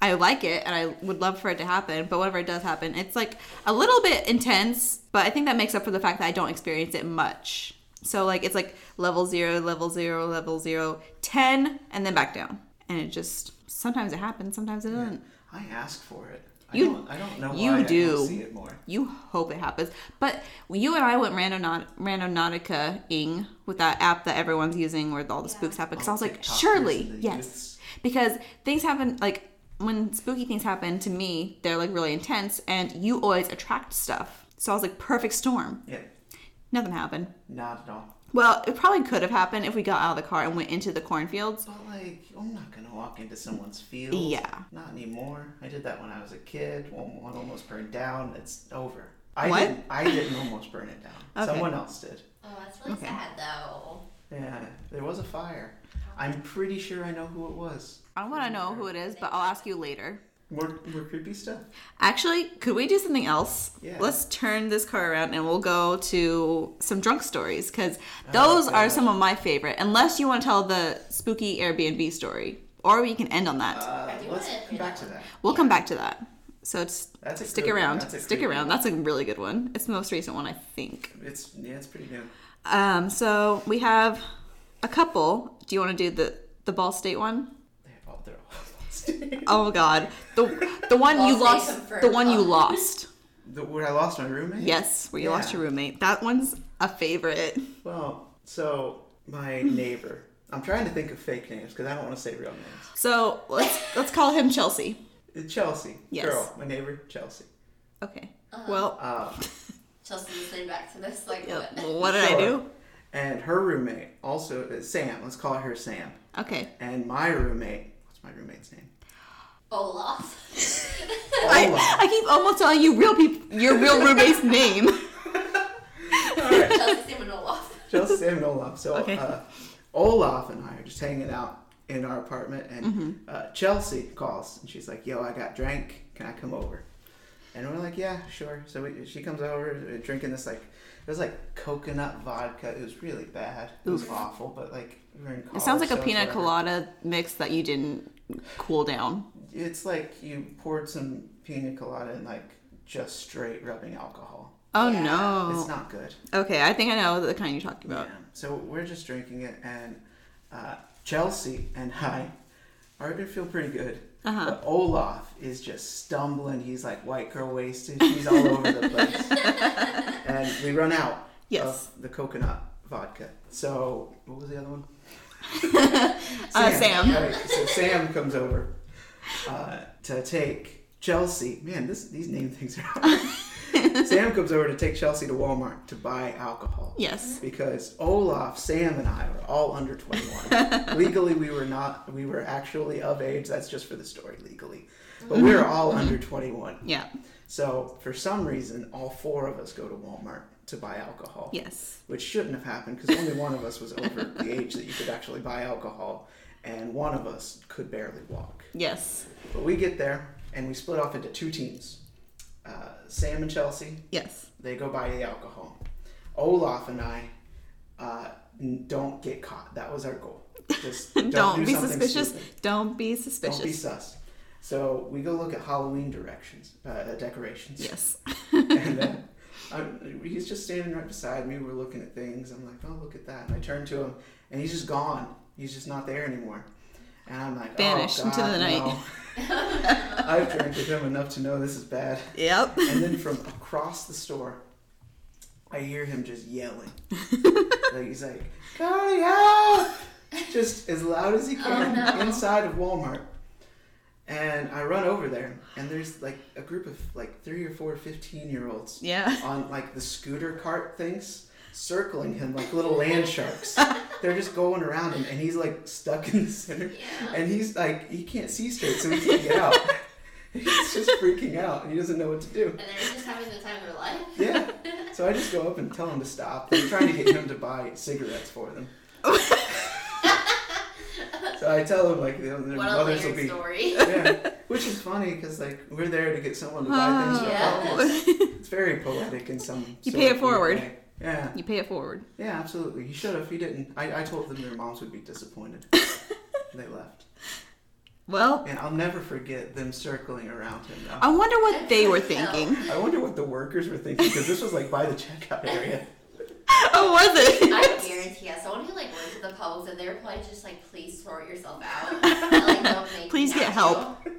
[SPEAKER 2] I like it and I would love for it to happen, but whenever it does happen, it's like a little bit intense, but I think that makes up for the fact that I don't experience it much. So like it's like level 0, level 0, level zero, ten, and then back down. And it just sometimes it happens, sometimes it doesn't.
[SPEAKER 3] I ask for it.
[SPEAKER 2] You-
[SPEAKER 3] I don't, I don't know
[SPEAKER 2] you
[SPEAKER 3] why I
[SPEAKER 2] do.
[SPEAKER 3] don't see it more.
[SPEAKER 2] You hope it happens. But you and I went randonaut- Randonautica ing with that app that everyone's using where all the spooks happen. Because I was like,
[SPEAKER 3] TikTokers
[SPEAKER 2] surely,
[SPEAKER 3] and the
[SPEAKER 2] yes.
[SPEAKER 3] youths.
[SPEAKER 2] Because things happen, like when spooky things happen to me, they're like really intense and you always attract stuff. So I was like, perfect storm.
[SPEAKER 3] Yeah,
[SPEAKER 2] Nothing happened.
[SPEAKER 3] not at all.
[SPEAKER 2] Well, it probably could have happened if we got out of the car and went into the cornfields.
[SPEAKER 3] But like, I'm not gonna walk into someone's field.
[SPEAKER 2] Yeah.
[SPEAKER 3] Not anymore. I did that when I was a kid. One, one almost burned down. It's over. I
[SPEAKER 2] What?
[SPEAKER 3] didn't. I didn't almost burn it down.
[SPEAKER 2] Okay.
[SPEAKER 3] Someone else did.
[SPEAKER 1] Oh, that's really
[SPEAKER 2] Okay.
[SPEAKER 1] sad though.
[SPEAKER 3] Yeah. There was a fire. I'm pretty sure I know who it was.
[SPEAKER 2] I want to know who it is, but I'll ask you later.
[SPEAKER 3] More, more creepy stuff.
[SPEAKER 2] Actually, could we do something else?
[SPEAKER 3] Yeah.
[SPEAKER 2] Let's turn this car around and we'll go to some drunk stories because
[SPEAKER 3] Oh,
[SPEAKER 2] those are
[SPEAKER 3] God.
[SPEAKER 2] some of my favorite. Unless you want to tell the spooky Airbnb story, or we can end on that.
[SPEAKER 3] Uh,
[SPEAKER 1] do
[SPEAKER 3] let's
[SPEAKER 1] wanna hear
[SPEAKER 3] come back
[SPEAKER 1] that
[SPEAKER 3] to
[SPEAKER 1] one.
[SPEAKER 3] that.
[SPEAKER 2] we'll come back to that. So it's,
[SPEAKER 3] That's a
[SPEAKER 2] stick
[SPEAKER 3] good one.
[SPEAKER 2] around.
[SPEAKER 3] That's a
[SPEAKER 2] Stick
[SPEAKER 3] creepy
[SPEAKER 2] around.
[SPEAKER 3] one.
[SPEAKER 2] That's a really good one. It's the most recent one, I think.
[SPEAKER 3] It's yeah, it's pretty new.
[SPEAKER 2] Um, so we have a couple. Do you want to do the the Ball State one?
[SPEAKER 3] They're all, they're all lost.
[SPEAKER 2] Oh God, the the one
[SPEAKER 1] Ball
[SPEAKER 2] you
[SPEAKER 1] State
[SPEAKER 2] lost.
[SPEAKER 1] confirmed.
[SPEAKER 2] The one you lost.
[SPEAKER 3] the, where I lost my roommate.
[SPEAKER 2] Yes, where you lost
[SPEAKER 3] Yeah.
[SPEAKER 2] your roommate. That one's a favorite.
[SPEAKER 3] Well, so my neighbor. I'm trying to think of fake names because I don't want to say real names.
[SPEAKER 2] So let's let's call him Chelsea.
[SPEAKER 3] Uh, Chelsea.
[SPEAKER 2] Yes.
[SPEAKER 3] Girl, my neighbor, Chelsea.
[SPEAKER 2] Okay. Well,
[SPEAKER 3] Uh,
[SPEAKER 1] Chelsea listening back to this like
[SPEAKER 2] yeah,
[SPEAKER 1] what?
[SPEAKER 2] well, what did I
[SPEAKER 3] Sure.
[SPEAKER 2] do?
[SPEAKER 3] and her roommate also is Sam. Let's call her Sam.
[SPEAKER 2] Okay.
[SPEAKER 3] And my roommate. What's my roommate's name?
[SPEAKER 1] Olaf.
[SPEAKER 3] Oh.
[SPEAKER 2] I, I keep almost telling you real people your real roommate's name.
[SPEAKER 3] Oh,
[SPEAKER 1] Chelsea's name was Olaf.
[SPEAKER 3] Just Sam and Olaf. So
[SPEAKER 2] Okay.
[SPEAKER 3] uh, Olaf and I are just hanging out in our apartment, and
[SPEAKER 2] Mm-hmm.
[SPEAKER 3] uh, Chelsea calls and she's like, "Yo, I got drank. Can I come over?" And we're like, "Yeah, sure." So we, she comes over, uh, drinking this like it was like coconut vodka. It was really bad. It was awful, but like we were in college.
[SPEAKER 2] It sounds like
[SPEAKER 3] so
[SPEAKER 2] a
[SPEAKER 3] it's
[SPEAKER 2] pina
[SPEAKER 3] whatever.
[SPEAKER 2] colada mix that you didn't cool down.
[SPEAKER 3] It's like you poured some pina colada and like just straight rubbing alcohol.
[SPEAKER 2] Oh
[SPEAKER 1] Yeah.
[SPEAKER 2] no.
[SPEAKER 3] It's not good.
[SPEAKER 2] Okay, I think I know the kind you're talking about.
[SPEAKER 3] Yeah. So we're just drinking it, and uh, Chelsea and I are gonna feel pretty good.
[SPEAKER 2] Uh-huh.
[SPEAKER 3] But Olaf is just stumbling. He's like white girl wasted. He's all over the place. and we run out
[SPEAKER 2] Yes.
[SPEAKER 3] of the coconut vodka. So what was the other one?
[SPEAKER 2] Uh, Sam.
[SPEAKER 3] Right. So Sam comes over uh, to take Chelsea. Man, this these name things are. hard. Sam comes over to take Chelsea to Walmart to buy alcohol.
[SPEAKER 2] Yes.
[SPEAKER 3] Because Olaf, Sam, and I were all under 21. legally, we were not. We were actually of age. That's just for the story legally, but we were all under 21.
[SPEAKER 2] Yeah.
[SPEAKER 3] So for some reason, all four of us go to Walmart to buy alcohol.
[SPEAKER 2] Yes.
[SPEAKER 3] Which shouldn't have happened because only one of us was over the age that you could actually buy alcohol, and one of us could barely walk.
[SPEAKER 2] Yes.
[SPEAKER 3] But we get there and we split off into two teams. Uh, Sam and Chelsea,
[SPEAKER 2] Yes.
[SPEAKER 3] they go buy the alcohol. Olaf and I uh, n- don't get caught. That was our goal. Just
[SPEAKER 2] Don't,
[SPEAKER 3] do
[SPEAKER 2] be
[SPEAKER 3] something
[SPEAKER 2] suspicious.
[SPEAKER 3] stupid.
[SPEAKER 2] Don't be suspicious.
[SPEAKER 3] Don't be sus. So we go look at Halloween directions, uh, decorations.
[SPEAKER 2] yes.
[SPEAKER 3] and uh, I'm, he's just standing right beside me. We're looking at things. I'm like, oh, look at that. And I turn to him, and he's just gone. He's just not there anymore. And I'm like,
[SPEAKER 2] Vanished
[SPEAKER 3] oh,
[SPEAKER 2] into
[SPEAKER 3] God,
[SPEAKER 2] the night.
[SPEAKER 3] no. I've drank with him enough to know this is bad.
[SPEAKER 2] Yep.
[SPEAKER 3] And then from across the store, I hear him just yelling. like he's like, Cody, help! Just as loud as he can
[SPEAKER 1] Oh, no.
[SPEAKER 3] inside of Walmart. And I run over there, and there's like a group of like three or four 15 year olds
[SPEAKER 2] Yeah.
[SPEAKER 3] on like the scooter cart things, circling him like little land sharks. They're just going around him, and he's like stuck in the center.
[SPEAKER 1] Yeah.
[SPEAKER 3] And he's like, he can't see straight, so he can't get out. he's just freaking out, and he doesn't know what to do.
[SPEAKER 1] And they're just having the time of their life.
[SPEAKER 3] Yeah. So I just go up and tell him to stop. I'm trying to get him to buy cigarettes for them. so I tell him like their their
[SPEAKER 1] What a
[SPEAKER 3] mothers will
[SPEAKER 1] layered
[SPEAKER 3] be.
[SPEAKER 1] story.
[SPEAKER 3] Yeah, which is funny because like we're there to get someone to buy things for
[SPEAKER 1] Oh.
[SPEAKER 3] us. It's very poetic in some.
[SPEAKER 2] Ah, You
[SPEAKER 3] sort
[SPEAKER 2] pay it
[SPEAKER 3] of weird
[SPEAKER 2] forward.
[SPEAKER 3] way. Yeah.
[SPEAKER 2] you pay it forward.
[SPEAKER 3] Yeah, absolutely. He should have. He didn't. I, I told them their moms would be disappointed. they left.
[SPEAKER 2] Well,
[SPEAKER 3] And I'll never forget them circling around him. Though.
[SPEAKER 2] I wonder what they were thinking.
[SPEAKER 3] I wonder what the workers were thinking because this was like by the checkout area.
[SPEAKER 2] Oh, was
[SPEAKER 1] I
[SPEAKER 2] it?
[SPEAKER 1] guarantee yeah, someone who like works at the Publix and they're probably just like, please sort yourself out. like, don't make
[SPEAKER 2] Please
[SPEAKER 1] me
[SPEAKER 2] get
[SPEAKER 1] have
[SPEAKER 2] help.
[SPEAKER 1] to."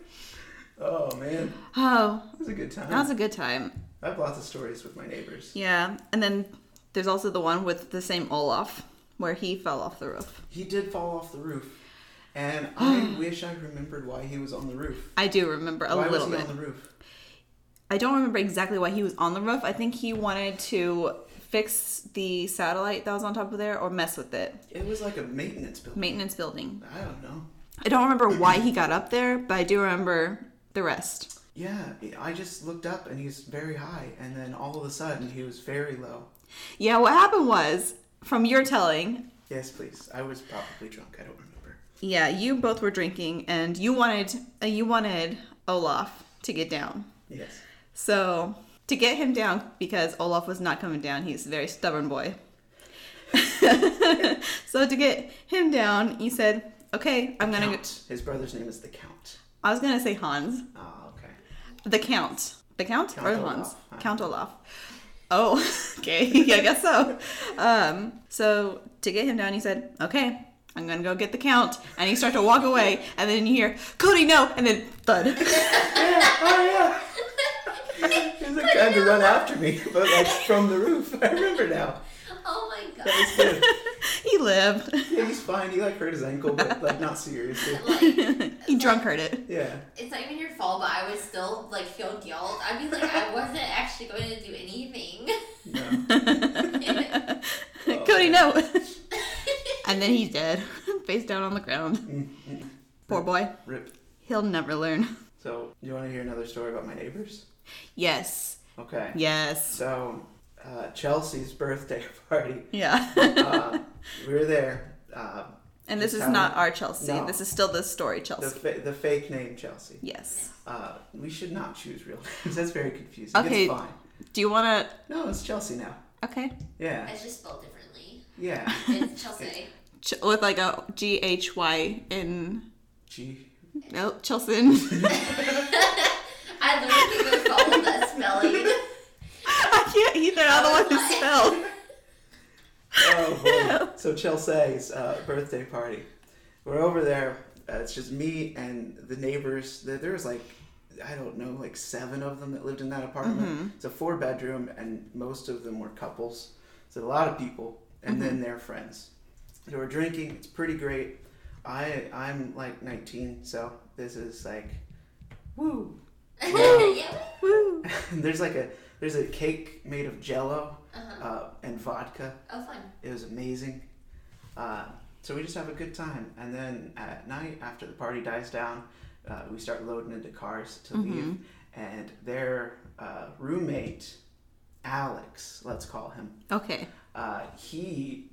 [SPEAKER 3] Oh man,
[SPEAKER 2] Oh,
[SPEAKER 3] it was a good time.
[SPEAKER 2] that was a good time.
[SPEAKER 3] I have lots of stories with my neighbors.
[SPEAKER 2] Yeah. And then there's also the one with the same Olaf where he fell off the roof.
[SPEAKER 3] He did fall off the roof, and I wish I remembered why he was on the roof.
[SPEAKER 2] I do remember a
[SPEAKER 3] why
[SPEAKER 2] little
[SPEAKER 3] was he
[SPEAKER 2] bit.
[SPEAKER 3] on the roof?
[SPEAKER 2] I don't remember exactly why he was on the roof. I think he wanted to fix the satellite that was on top of there or mess with it.
[SPEAKER 3] It was like a maintenance building.
[SPEAKER 2] Maintenance building.
[SPEAKER 3] I don't know.
[SPEAKER 2] I don't remember why he got up there, but I do remember the rest.
[SPEAKER 3] Yeah, I just looked up and he's very high, and then all of a sudden he was very low.
[SPEAKER 2] Yeah, what happened was, from your telling,
[SPEAKER 3] Yes, please. I was probably drunk. I don't remember.
[SPEAKER 2] yeah, you both were drinking and you wanted uh, you wanted Olaf to get down.
[SPEAKER 3] Yes.
[SPEAKER 2] So, to get him down because Olaf was not coming down, he's a very stubborn boy. so to get him down, you said, "Okay, I'm going to
[SPEAKER 3] Count. His brother's name is the Count.
[SPEAKER 2] I was gonna say Hans.
[SPEAKER 3] Ah, okay.
[SPEAKER 2] The Count. The Count,
[SPEAKER 3] Count
[SPEAKER 2] or
[SPEAKER 3] Olaf.
[SPEAKER 2] Hans?
[SPEAKER 3] Huh.
[SPEAKER 2] Count Olaf. Oh, okay. yeah, I guess so. Um, so to get him down, he said, "Okay, I'm gonna go get the Count," and he started to walk away, and then you hear, "Cody, no!" and then thud.
[SPEAKER 3] Yeah, oh yeah. he was like trying to run after me, but like from the roof. I remember now.
[SPEAKER 1] Oh my god.
[SPEAKER 3] That was good.
[SPEAKER 2] he lived.
[SPEAKER 3] Yeah, he's fine. He like hurt his ankle, but like not seriously.
[SPEAKER 1] Like,
[SPEAKER 2] he drunk heard it.
[SPEAKER 3] Yeah.
[SPEAKER 1] it's not even your fault, but I would still like feel guilt. I mean, like I wasn't actually going to do anything.
[SPEAKER 3] No. Oh,
[SPEAKER 2] Cody, no. and then he's dead, face down on the ground.
[SPEAKER 3] Mm-hmm.
[SPEAKER 2] Poor boy.
[SPEAKER 3] Rip.
[SPEAKER 2] He'll never learn.
[SPEAKER 3] So, you want to hear another story about my neighbors?
[SPEAKER 2] Yes.
[SPEAKER 3] Okay.
[SPEAKER 2] Yes.
[SPEAKER 3] So, uh, Chelsea's birthday party.
[SPEAKER 2] Yeah.
[SPEAKER 3] Uh, we were there. Uh,
[SPEAKER 2] And this
[SPEAKER 3] just
[SPEAKER 2] is
[SPEAKER 3] having-
[SPEAKER 2] not our Chelsea.
[SPEAKER 3] No.
[SPEAKER 2] This is still the story Chelsea.
[SPEAKER 3] the, fa- the fake name Chelsea.
[SPEAKER 2] yes.
[SPEAKER 3] Uh, we should not choose real names. That's very confusing.
[SPEAKER 2] Okay.
[SPEAKER 3] It's fine.
[SPEAKER 2] Do you want
[SPEAKER 3] No, it's Chelsea now.
[SPEAKER 2] to? Okay.
[SPEAKER 3] Yeah.
[SPEAKER 1] It's just spelled differently.
[SPEAKER 3] Yeah.
[SPEAKER 1] It's Chelsea.
[SPEAKER 2] Ch- with like a G H Y in
[SPEAKER 3] G.
[SPEAKER 2] no, Chelsea.
[SPEAKER 1] I literally think they followed that spelling.
[SPEAKER 2] I can't either. I don't want to spell.
[SPEAKER 3] Oh, boy. so Chelsea's uh, birthday party. We're over there. Uh, it's just me and the neighbors. There, there was like, I don't know, like seven of them that lived in that apartment. It's a four bedroom, and most of them were couples. So a lot of people. and then they're friends. So we're drinking. It's pretty great. I I'm like 19, so this is like, woo.
[SPEAKER 1] yeah.
[SPEAKER 2] Woo.
[SPEAKER 3] there's like a there's a cake made of Jello
[SPEAKER 1] Uh-huh.
[SPEAKER 3] uh, and vodka.
[SPEAKER 1] Oh, fun.
[SPEAKER 3] It was amazing. Uh, so we just have a good time, and then at night after the party dies down, uh, we start loading into cars to leave. And their uh, roommate, Alex, let's call him,
[SPEAKER 2] Okay.
[SPEAKER 3] uh, he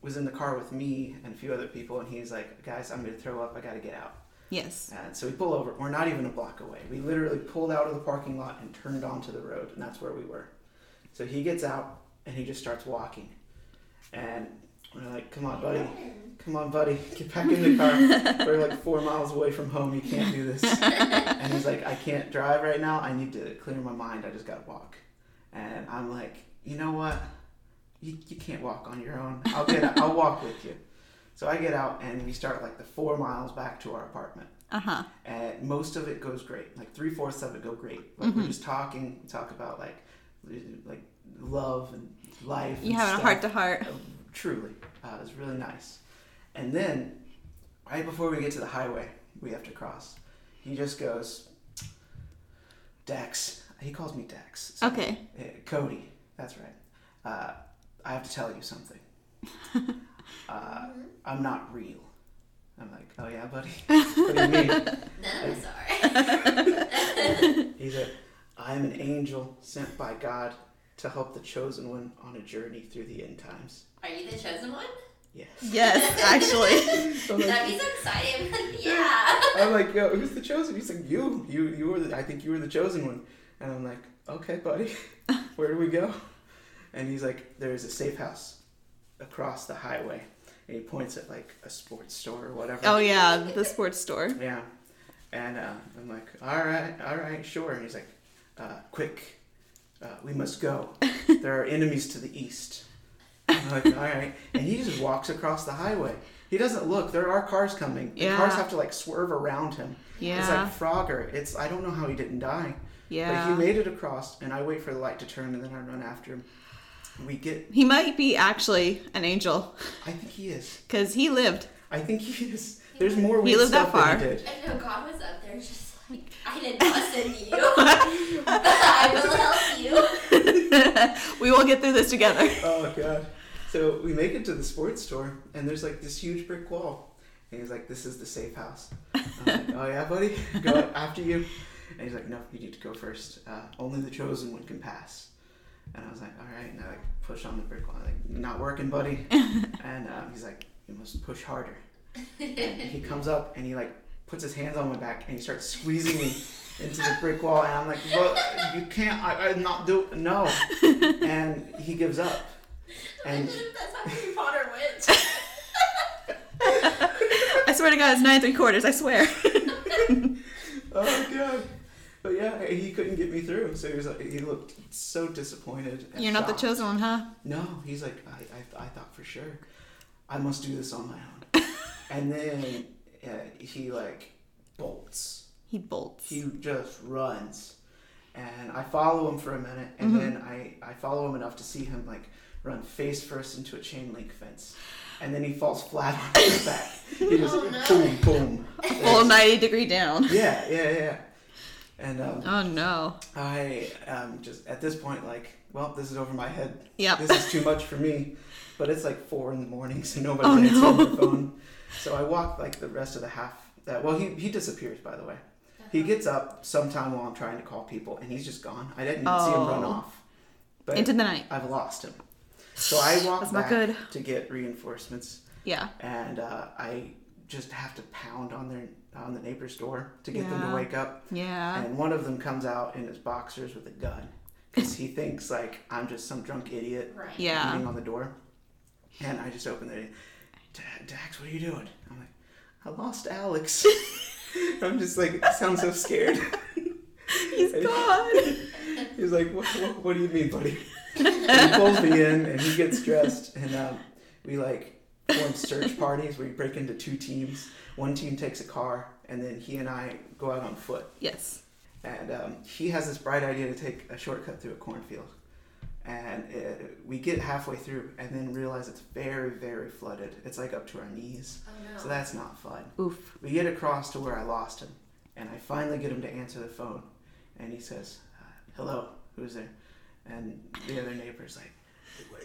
[SPEAKER 3] was in the car with me and a few other people, and he's like, "Guys, I'm gonna throw up. I gotta get out."
[SPEAKER 2] Yes.
[SPEAKER 3] And so we pull over. We're not even a block away. We literally pulled out of the parking lot and turned onto the road, and that's where we were. So he gets out and he just starts walking, and we're like, "Come on, buddy." Come on, buddy, get back in the car. We're like four miles away from home. You can't do this. And he's like, I can't drive right now. I need to clear my mind. I just gotta walk. And I'm like, you know what? You, you can't walk on your own. I'll get. Out. I'll walk with you. So I get out and we start like the four miles back to our apartment.
[SPEAKER 2] Uh huh.
[SPEAKER 3] And most of it goes great. Like three fourths of it go great. Like
[SPEAKER 2] Mm-hmm.
[SPEAKER 3] we're just talking, talk about like like love and life.
[SPEAKER 2] You
[SPEAKER 3] and
[SPEAKER 2] having a
[SPEAKER 3] stuff.
[SPEAKER 2] heart to heart.
[SPEAKER 3] Truly, uh, it was really nice. And then, right before we get to the highway, we have to cross. He just goes, Dax. He calls me Dax. so-
[SPEAKER 2] Okay.
[SPEAKER 3] Uh, Cody. That's right. Uh, I have to tell you something. uh, I'm not real. I'm like, oh yeah, buddy. what do you mean?
[SPEAKER 1] None of us are.
[SPEAKER 3] He's like, I'm an angel sent by God to help the chosen one on a journey through the end times.
[SPEAKER 1] are you the chosen one?
[SPEAKER 3] Yes.
[SPEAKER 2] Yes, actually.
[SPEAKER 3] So I'm like,
[SPEAKER 1] That'd be so exciting. yeah.
[SPEAKER 3] I'm like, yo, who's the chosen? He's like, you, you, you were. The, I think you were the chosen one. And I'm like, okay, buddy, where do we go? And he's like, there's a safe house across the highway. And he points at like a sports store or whatever.
[SPEAKER 2] oh yeah, the sports store.
[SPEAKER 3] Yeah. And uh, I'm like, all right, all right, sure. And he's like, uh, quick, uh, we must go. There are enemies to the east. I'm like, all right. And he just walks across the highway. He doesn't look. There are cars coming. The
[SPEAKER 2] Yeah.
[SPEAKER 3] cars have to like swerve around him. It's
[SPEAKER 2] Yeah.
[SPEAKER 3] like Frogger. It's I don't know how he didn't die.
[SPEAKER 2] Yeah.
[SPEAKER 3] But he made it across, and I wait for the light to turn, and then I run after him. We get.
[SPEAKER 2] He might be actually an angel
[SPEAKER 3] I think he is.
[SPEAKER 2] because he lived.
[SPEAKER 3] I think he is. There's more weird
[SPEAKER 2] lived that far.
[SPEAKER 3] stuff than he did.
[SPEAKER 1] I know God was up there just like, I did not send you. I will help you.
[SPEAKER 2] we will get through this together.
[SPEAKER 3] Oh god. So we make it to the sports store, and there's like this huge brick wall, and he's like, "This is the safe house." I'm like, "Oh yeah, buddy, go after you." And he's like, "No, you need to go first. Uh, only the chosen one can pass." And I was like, "All right." And I like push on the brick wall. I'm like, "Not working, buddy." and um, he's like, "You must push harder." And he comes up and he like puts his hands on my back and he starts squeezing me into the brick wall, and I'm like, "Well, you can't. I, I'm not do no." And he gives up. And
[SPEAKER 1] Imagine if that's how Harry Potter went.
[SPEAKER 2] I swear to God, it's nine and three quarters. I swear.
[SPEAKER 3] oh god. But yeah, he couldn't get me through, so he was like, he looked so disappointed. and
[SPEAKER 2] You're not the
[SPEAKER 3] shocked.
[SPEAKER 2] chosen one, huh?
[SPEAKER 3] No, he's like, I, I, I thought for sure, I must do this on my own. and then uh, he like bolts.
[SPEAKER 2] He bolts.
[SPEAKER 3] He just runs, and I follow him for a minute, and
[SPEAKER 2] Mm-hmm.
[SPEAKER 3] then I I follow him enough to see him like run face first into a chain link fence, and then he falls flat on his back. He just
[SPEAKER 1] Oh, no.
[SPEAKER 3] boom boom.
[SPEAKER 2] Full ninety degree down.
[SPEAKER 3] Yeah, yeah, yeah. And um,
[SPEAKER 2] Oh no.
[SPEAKER 3] I am just at this point like, well, this is over my head.
[SPEAKER 2] Yep.
[SPEAKER 3] This is too much for me. But it's like four in the morning, so
[SPEAKER 2] Oh,
[SPEAKER 3] nobody's
[SPEAKER 2] no.
[SPEAKER 3] answering their phone. So I walk like the rest of the half. That well, he he disappears by the way. He gets up sometime while I'm trying to call people, and he's just gone. I didn't see him run
[SPEAKER 2] Oh.
[SPEAKER 3] off. But
[SPEAKER 2] Into the night.
[SPEAKER 3] I've lost him. So I walk
[SPEAKER 2] That's not
[SPEAKER 3] back
[SPEAKER 2] good.
[SPEAKER 3] to get reinforcements
[SPEAKER 2] Yeah.
[SPEAKER 3] and uh, I just have to pound on their on the neighbor's door to get them
[SPEAKER 2] Yeah.
[SPEAKER 3] to wake up.
[SPEAKER 2] Yeah.
[SPEAKER 3] And one of them comes out in his boxers with a gun because he thinks like I'm just some drunk idiot
[SPEAKER 1] Right.
[SPEAKER 2] Yeah.
[SPEAKER 3] beating on the door. And I just open the "Da- Dax, what are you doing? I'm like, I lost Alex. I'm just like sounds so scared.
[SPEAKER 2] He's gone.
[SPEAKER 3] He's like, what, what, what do you mean, buddy? And he pulls me in, and he gets dressed, and um, we like form search parties where you break into two teams. One team takes a car, and then he and I go out on foot.
[SPEAKER 2] yes.
[SPEAKER 3] And um, he has this bright idea to take a shortcut through a cornfield. and it, we get halfway through and then realize it's very very flooded it's like up to our knees
[SPEAKER 1] Oh no.
[SPEAKER 3] so that's not fun
[SPEAKER 2] Oof.
[SPEAKER 3] we get across to where i lost him and i finally get him to answer the phone and he says uh, hello who's there and the other neighbor's like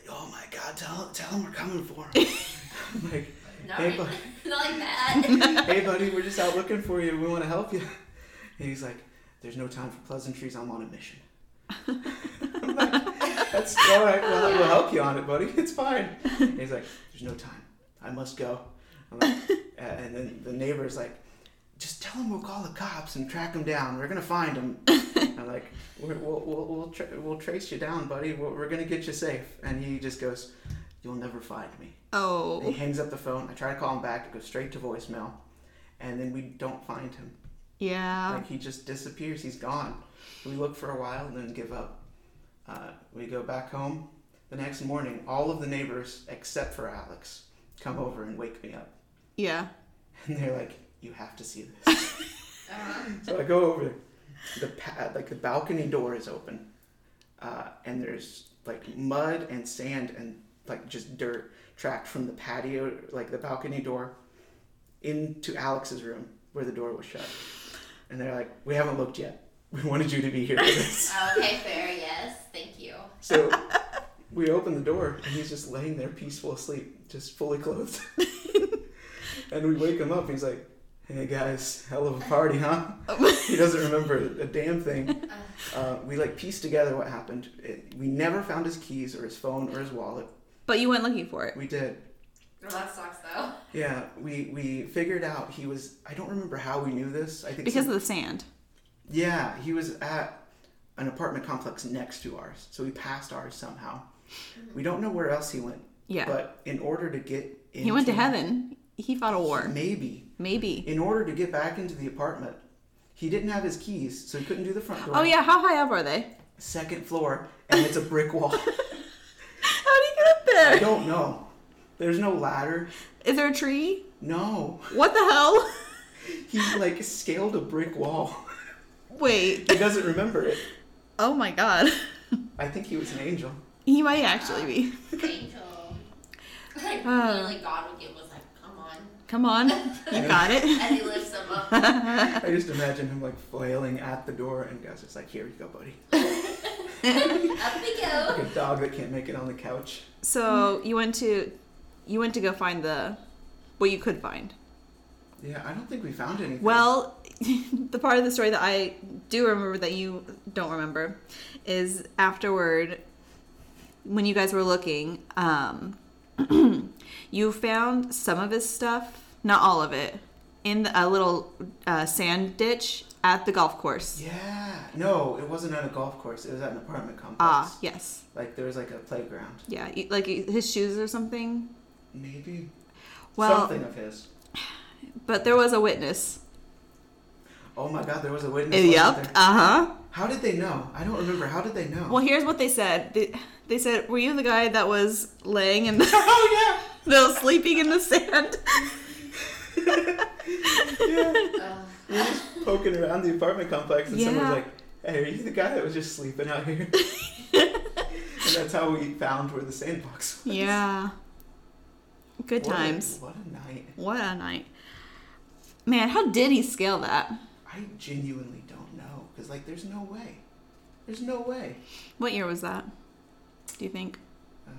[SPEAKER 3] oh my god tell, tell him we're coming for him I'm like
[SPEAKER 1] not, like,
[SPEAKER 3] hey, bud,
[SPEAKER 1] not like that.
[SPEAKER 3] hey buddy we're just out looking for you we want to help you and he's like there's no time for pleasantries i'm on a mission I'm like, that's all right well we'll help you on it buddy it's fine and he's like there's no time i must go I'm like, uh, and then the neighbor's like just tell him we'll call the cops and track him down we're gonna find him i'm like we're, we'll, we'll, we'll, tra- we'll trace you down buddy we're, we're gonna get you safe and he just goes you'll never find me he
[SPEAKER 2] Oh.
[SPEAKER 3] hangs up the phone. I try to call him back. It goes straight to voicemail. And then we don't find him.
[SPEAKER 2] Yeah.
[SPEAKER 3] Like, he just disappears. He's gone. We look for a while and then give up. Uh, we go back home. The next morning, all of the neighbors, except for Alex, come over and wake me up.
[SPEAKER 2] Yeah.
[SPEAKER 3] And they're like, You have to see this.
[SPEAKER 1] uh,
[SPEAKER 3] so I go over there. The pa- like the balcony door is open, uh, and there's like mud and sand and like just dirt tracked from the patio, like the balcony door, into Alex's room where the door was shut. And they're like, "We haven't looked yet. We wanted you to be here." For this.
[SPEAKER 1] okay, fair. Yes, thank you.
[SPEAKER 3] so we open the door, and he's just laying there, peaceful asleep, just fully clothed. and we wake him up. He's like, "Hey guys, hell of a party, huh?" he doesn't remember a damn thing. Uh, we like pieced together what happened. It, we never found his keys or his phone or his wallet.
[SPEAKER 2] But you went looking for it.
[SPEAKER 3] We did.
[SPEAKER 1] Well, that sucks though.
[SPEAKER 3] Yeah, we we figured out he was. I don't remember how we knew this. I think
[SPEAKER 2] Because
[SPEAKER 3] some-
[SPEAKER 2] of the sand.
[SPEAKER 3] yeah, he was at an apartment complex next to ours, so we passed ours somehow. We don't know where else he went.
[SPEAKER 2] Yeah.
[SPEAKER 3] But in order to get, into,
[SPEAKER 2] He went to heaven. He fought a war.
[SPEAKER 3] Maybe
[SPEAKER 2] Maybe.
[SPEAKER 3] in order to get back into the apartment, he didn't have his keys, so he couldn't do the front door.
[SPEAKER 2] Oh yeah, how high up are they?
[SPEAKER 3] Second floor, and it's a brick wall.
[SPEAKER 2] How do you get up
[SPEAKER 3] I
[SPEAKER 2] there?
[SPEAKER 3] don't know. There's no ladder.
[SPEAKER 2] Is there a tree?
[SPEAKER 3] No.
[SPEAKER 2] What the hell?
[SPEAKER 3] He like scaled a brick wall.
[SPEAKER 2] Wait.
[SPEAKER 3] He doesn't remember it.
[SPEAKER 2] Oh my god.
[SPEAKER 3] I think he was an angel.
[SPEAKER 2] He might actually be.
[SPEAKER 1] Angel. Like
[SPEAKER 2] Uh.
[SPEAKER 1] literally, God would give was like, come on,
[SPEAKER 2] Come on. You got it.
[SPEAKER 1] and he lifts him up.
[SPEAKER 3] I just imagine him like flailing at the door and guys just like, here you go, buddy.
[SPEAKER 1] up we go.
[SPEAKER 3] Like a dog that can't make it on the couch. Mm.
[SPEAKER 2] So you went to you went to go find the what you could find.
[SPEAKER 3] Yeah, I don't think we found anything.
[SPEAKER 2] Well, the part of the story that I do remember that you don't remember is afterward, when you guys were looking, um, you found some of his stuff, not all of it, in the, a little uh, sand ditch at the golf course.
[SPEAKER 3] Yeah. No, it wasn't at a golf course. It was at an apartment complex.
[SPEAKER 2] Ah, yes.
[SPEAKER 3] Like there was like a playground.
[SPEAKER 2] Yeah, you- like his shoes or something.
[SPEAKER 3] Maybe.
[SPEAKER 2] Well-
[SPEAKER 3] Something of his.
[SPEAKER 2] But there was a witness.
[SPEAKER 3] Oh my god, there was a witness. wasn't
[SPEAKER 2] Yep.
[SPEAKER 3] there?
[SPEAKER 2] Uh huh.
[SPEAKER 3] How did they know? I don't remember. How did they know?
[SPEAKER 2] Well, here's what they said. They, they said, "Were you the guy that was laying in the
[SPEAKER 3] oh
[SPEAKER 2] they was sleeping in the sand?"
[SPEAKER 3] yeah. yeah.
[SPEAKER 1] Ugh.
[SPEAKER 3] We're just poking around the apartment complex, and someone's
[SPEAKER 2] Yeah.
[SPEAKER 3] like, "Hey, are you the guy that was just sleeping out here?" and that's how we found where the sandbox. Was.
[SPEAKER 2] yeah. Good
[SPEAKER 3] What a-
[SPEAKER 2] times.
[SPEAKER 3] What a night!
[SPEAKER 2] What a night. Man, how did he scale that?
[SPEAKER 3] I genuinely don't know, cause like, there's no way. There's no way.
[SPEAKER 2] What year was that? Do you think?
[SPEAKER 3] Uh,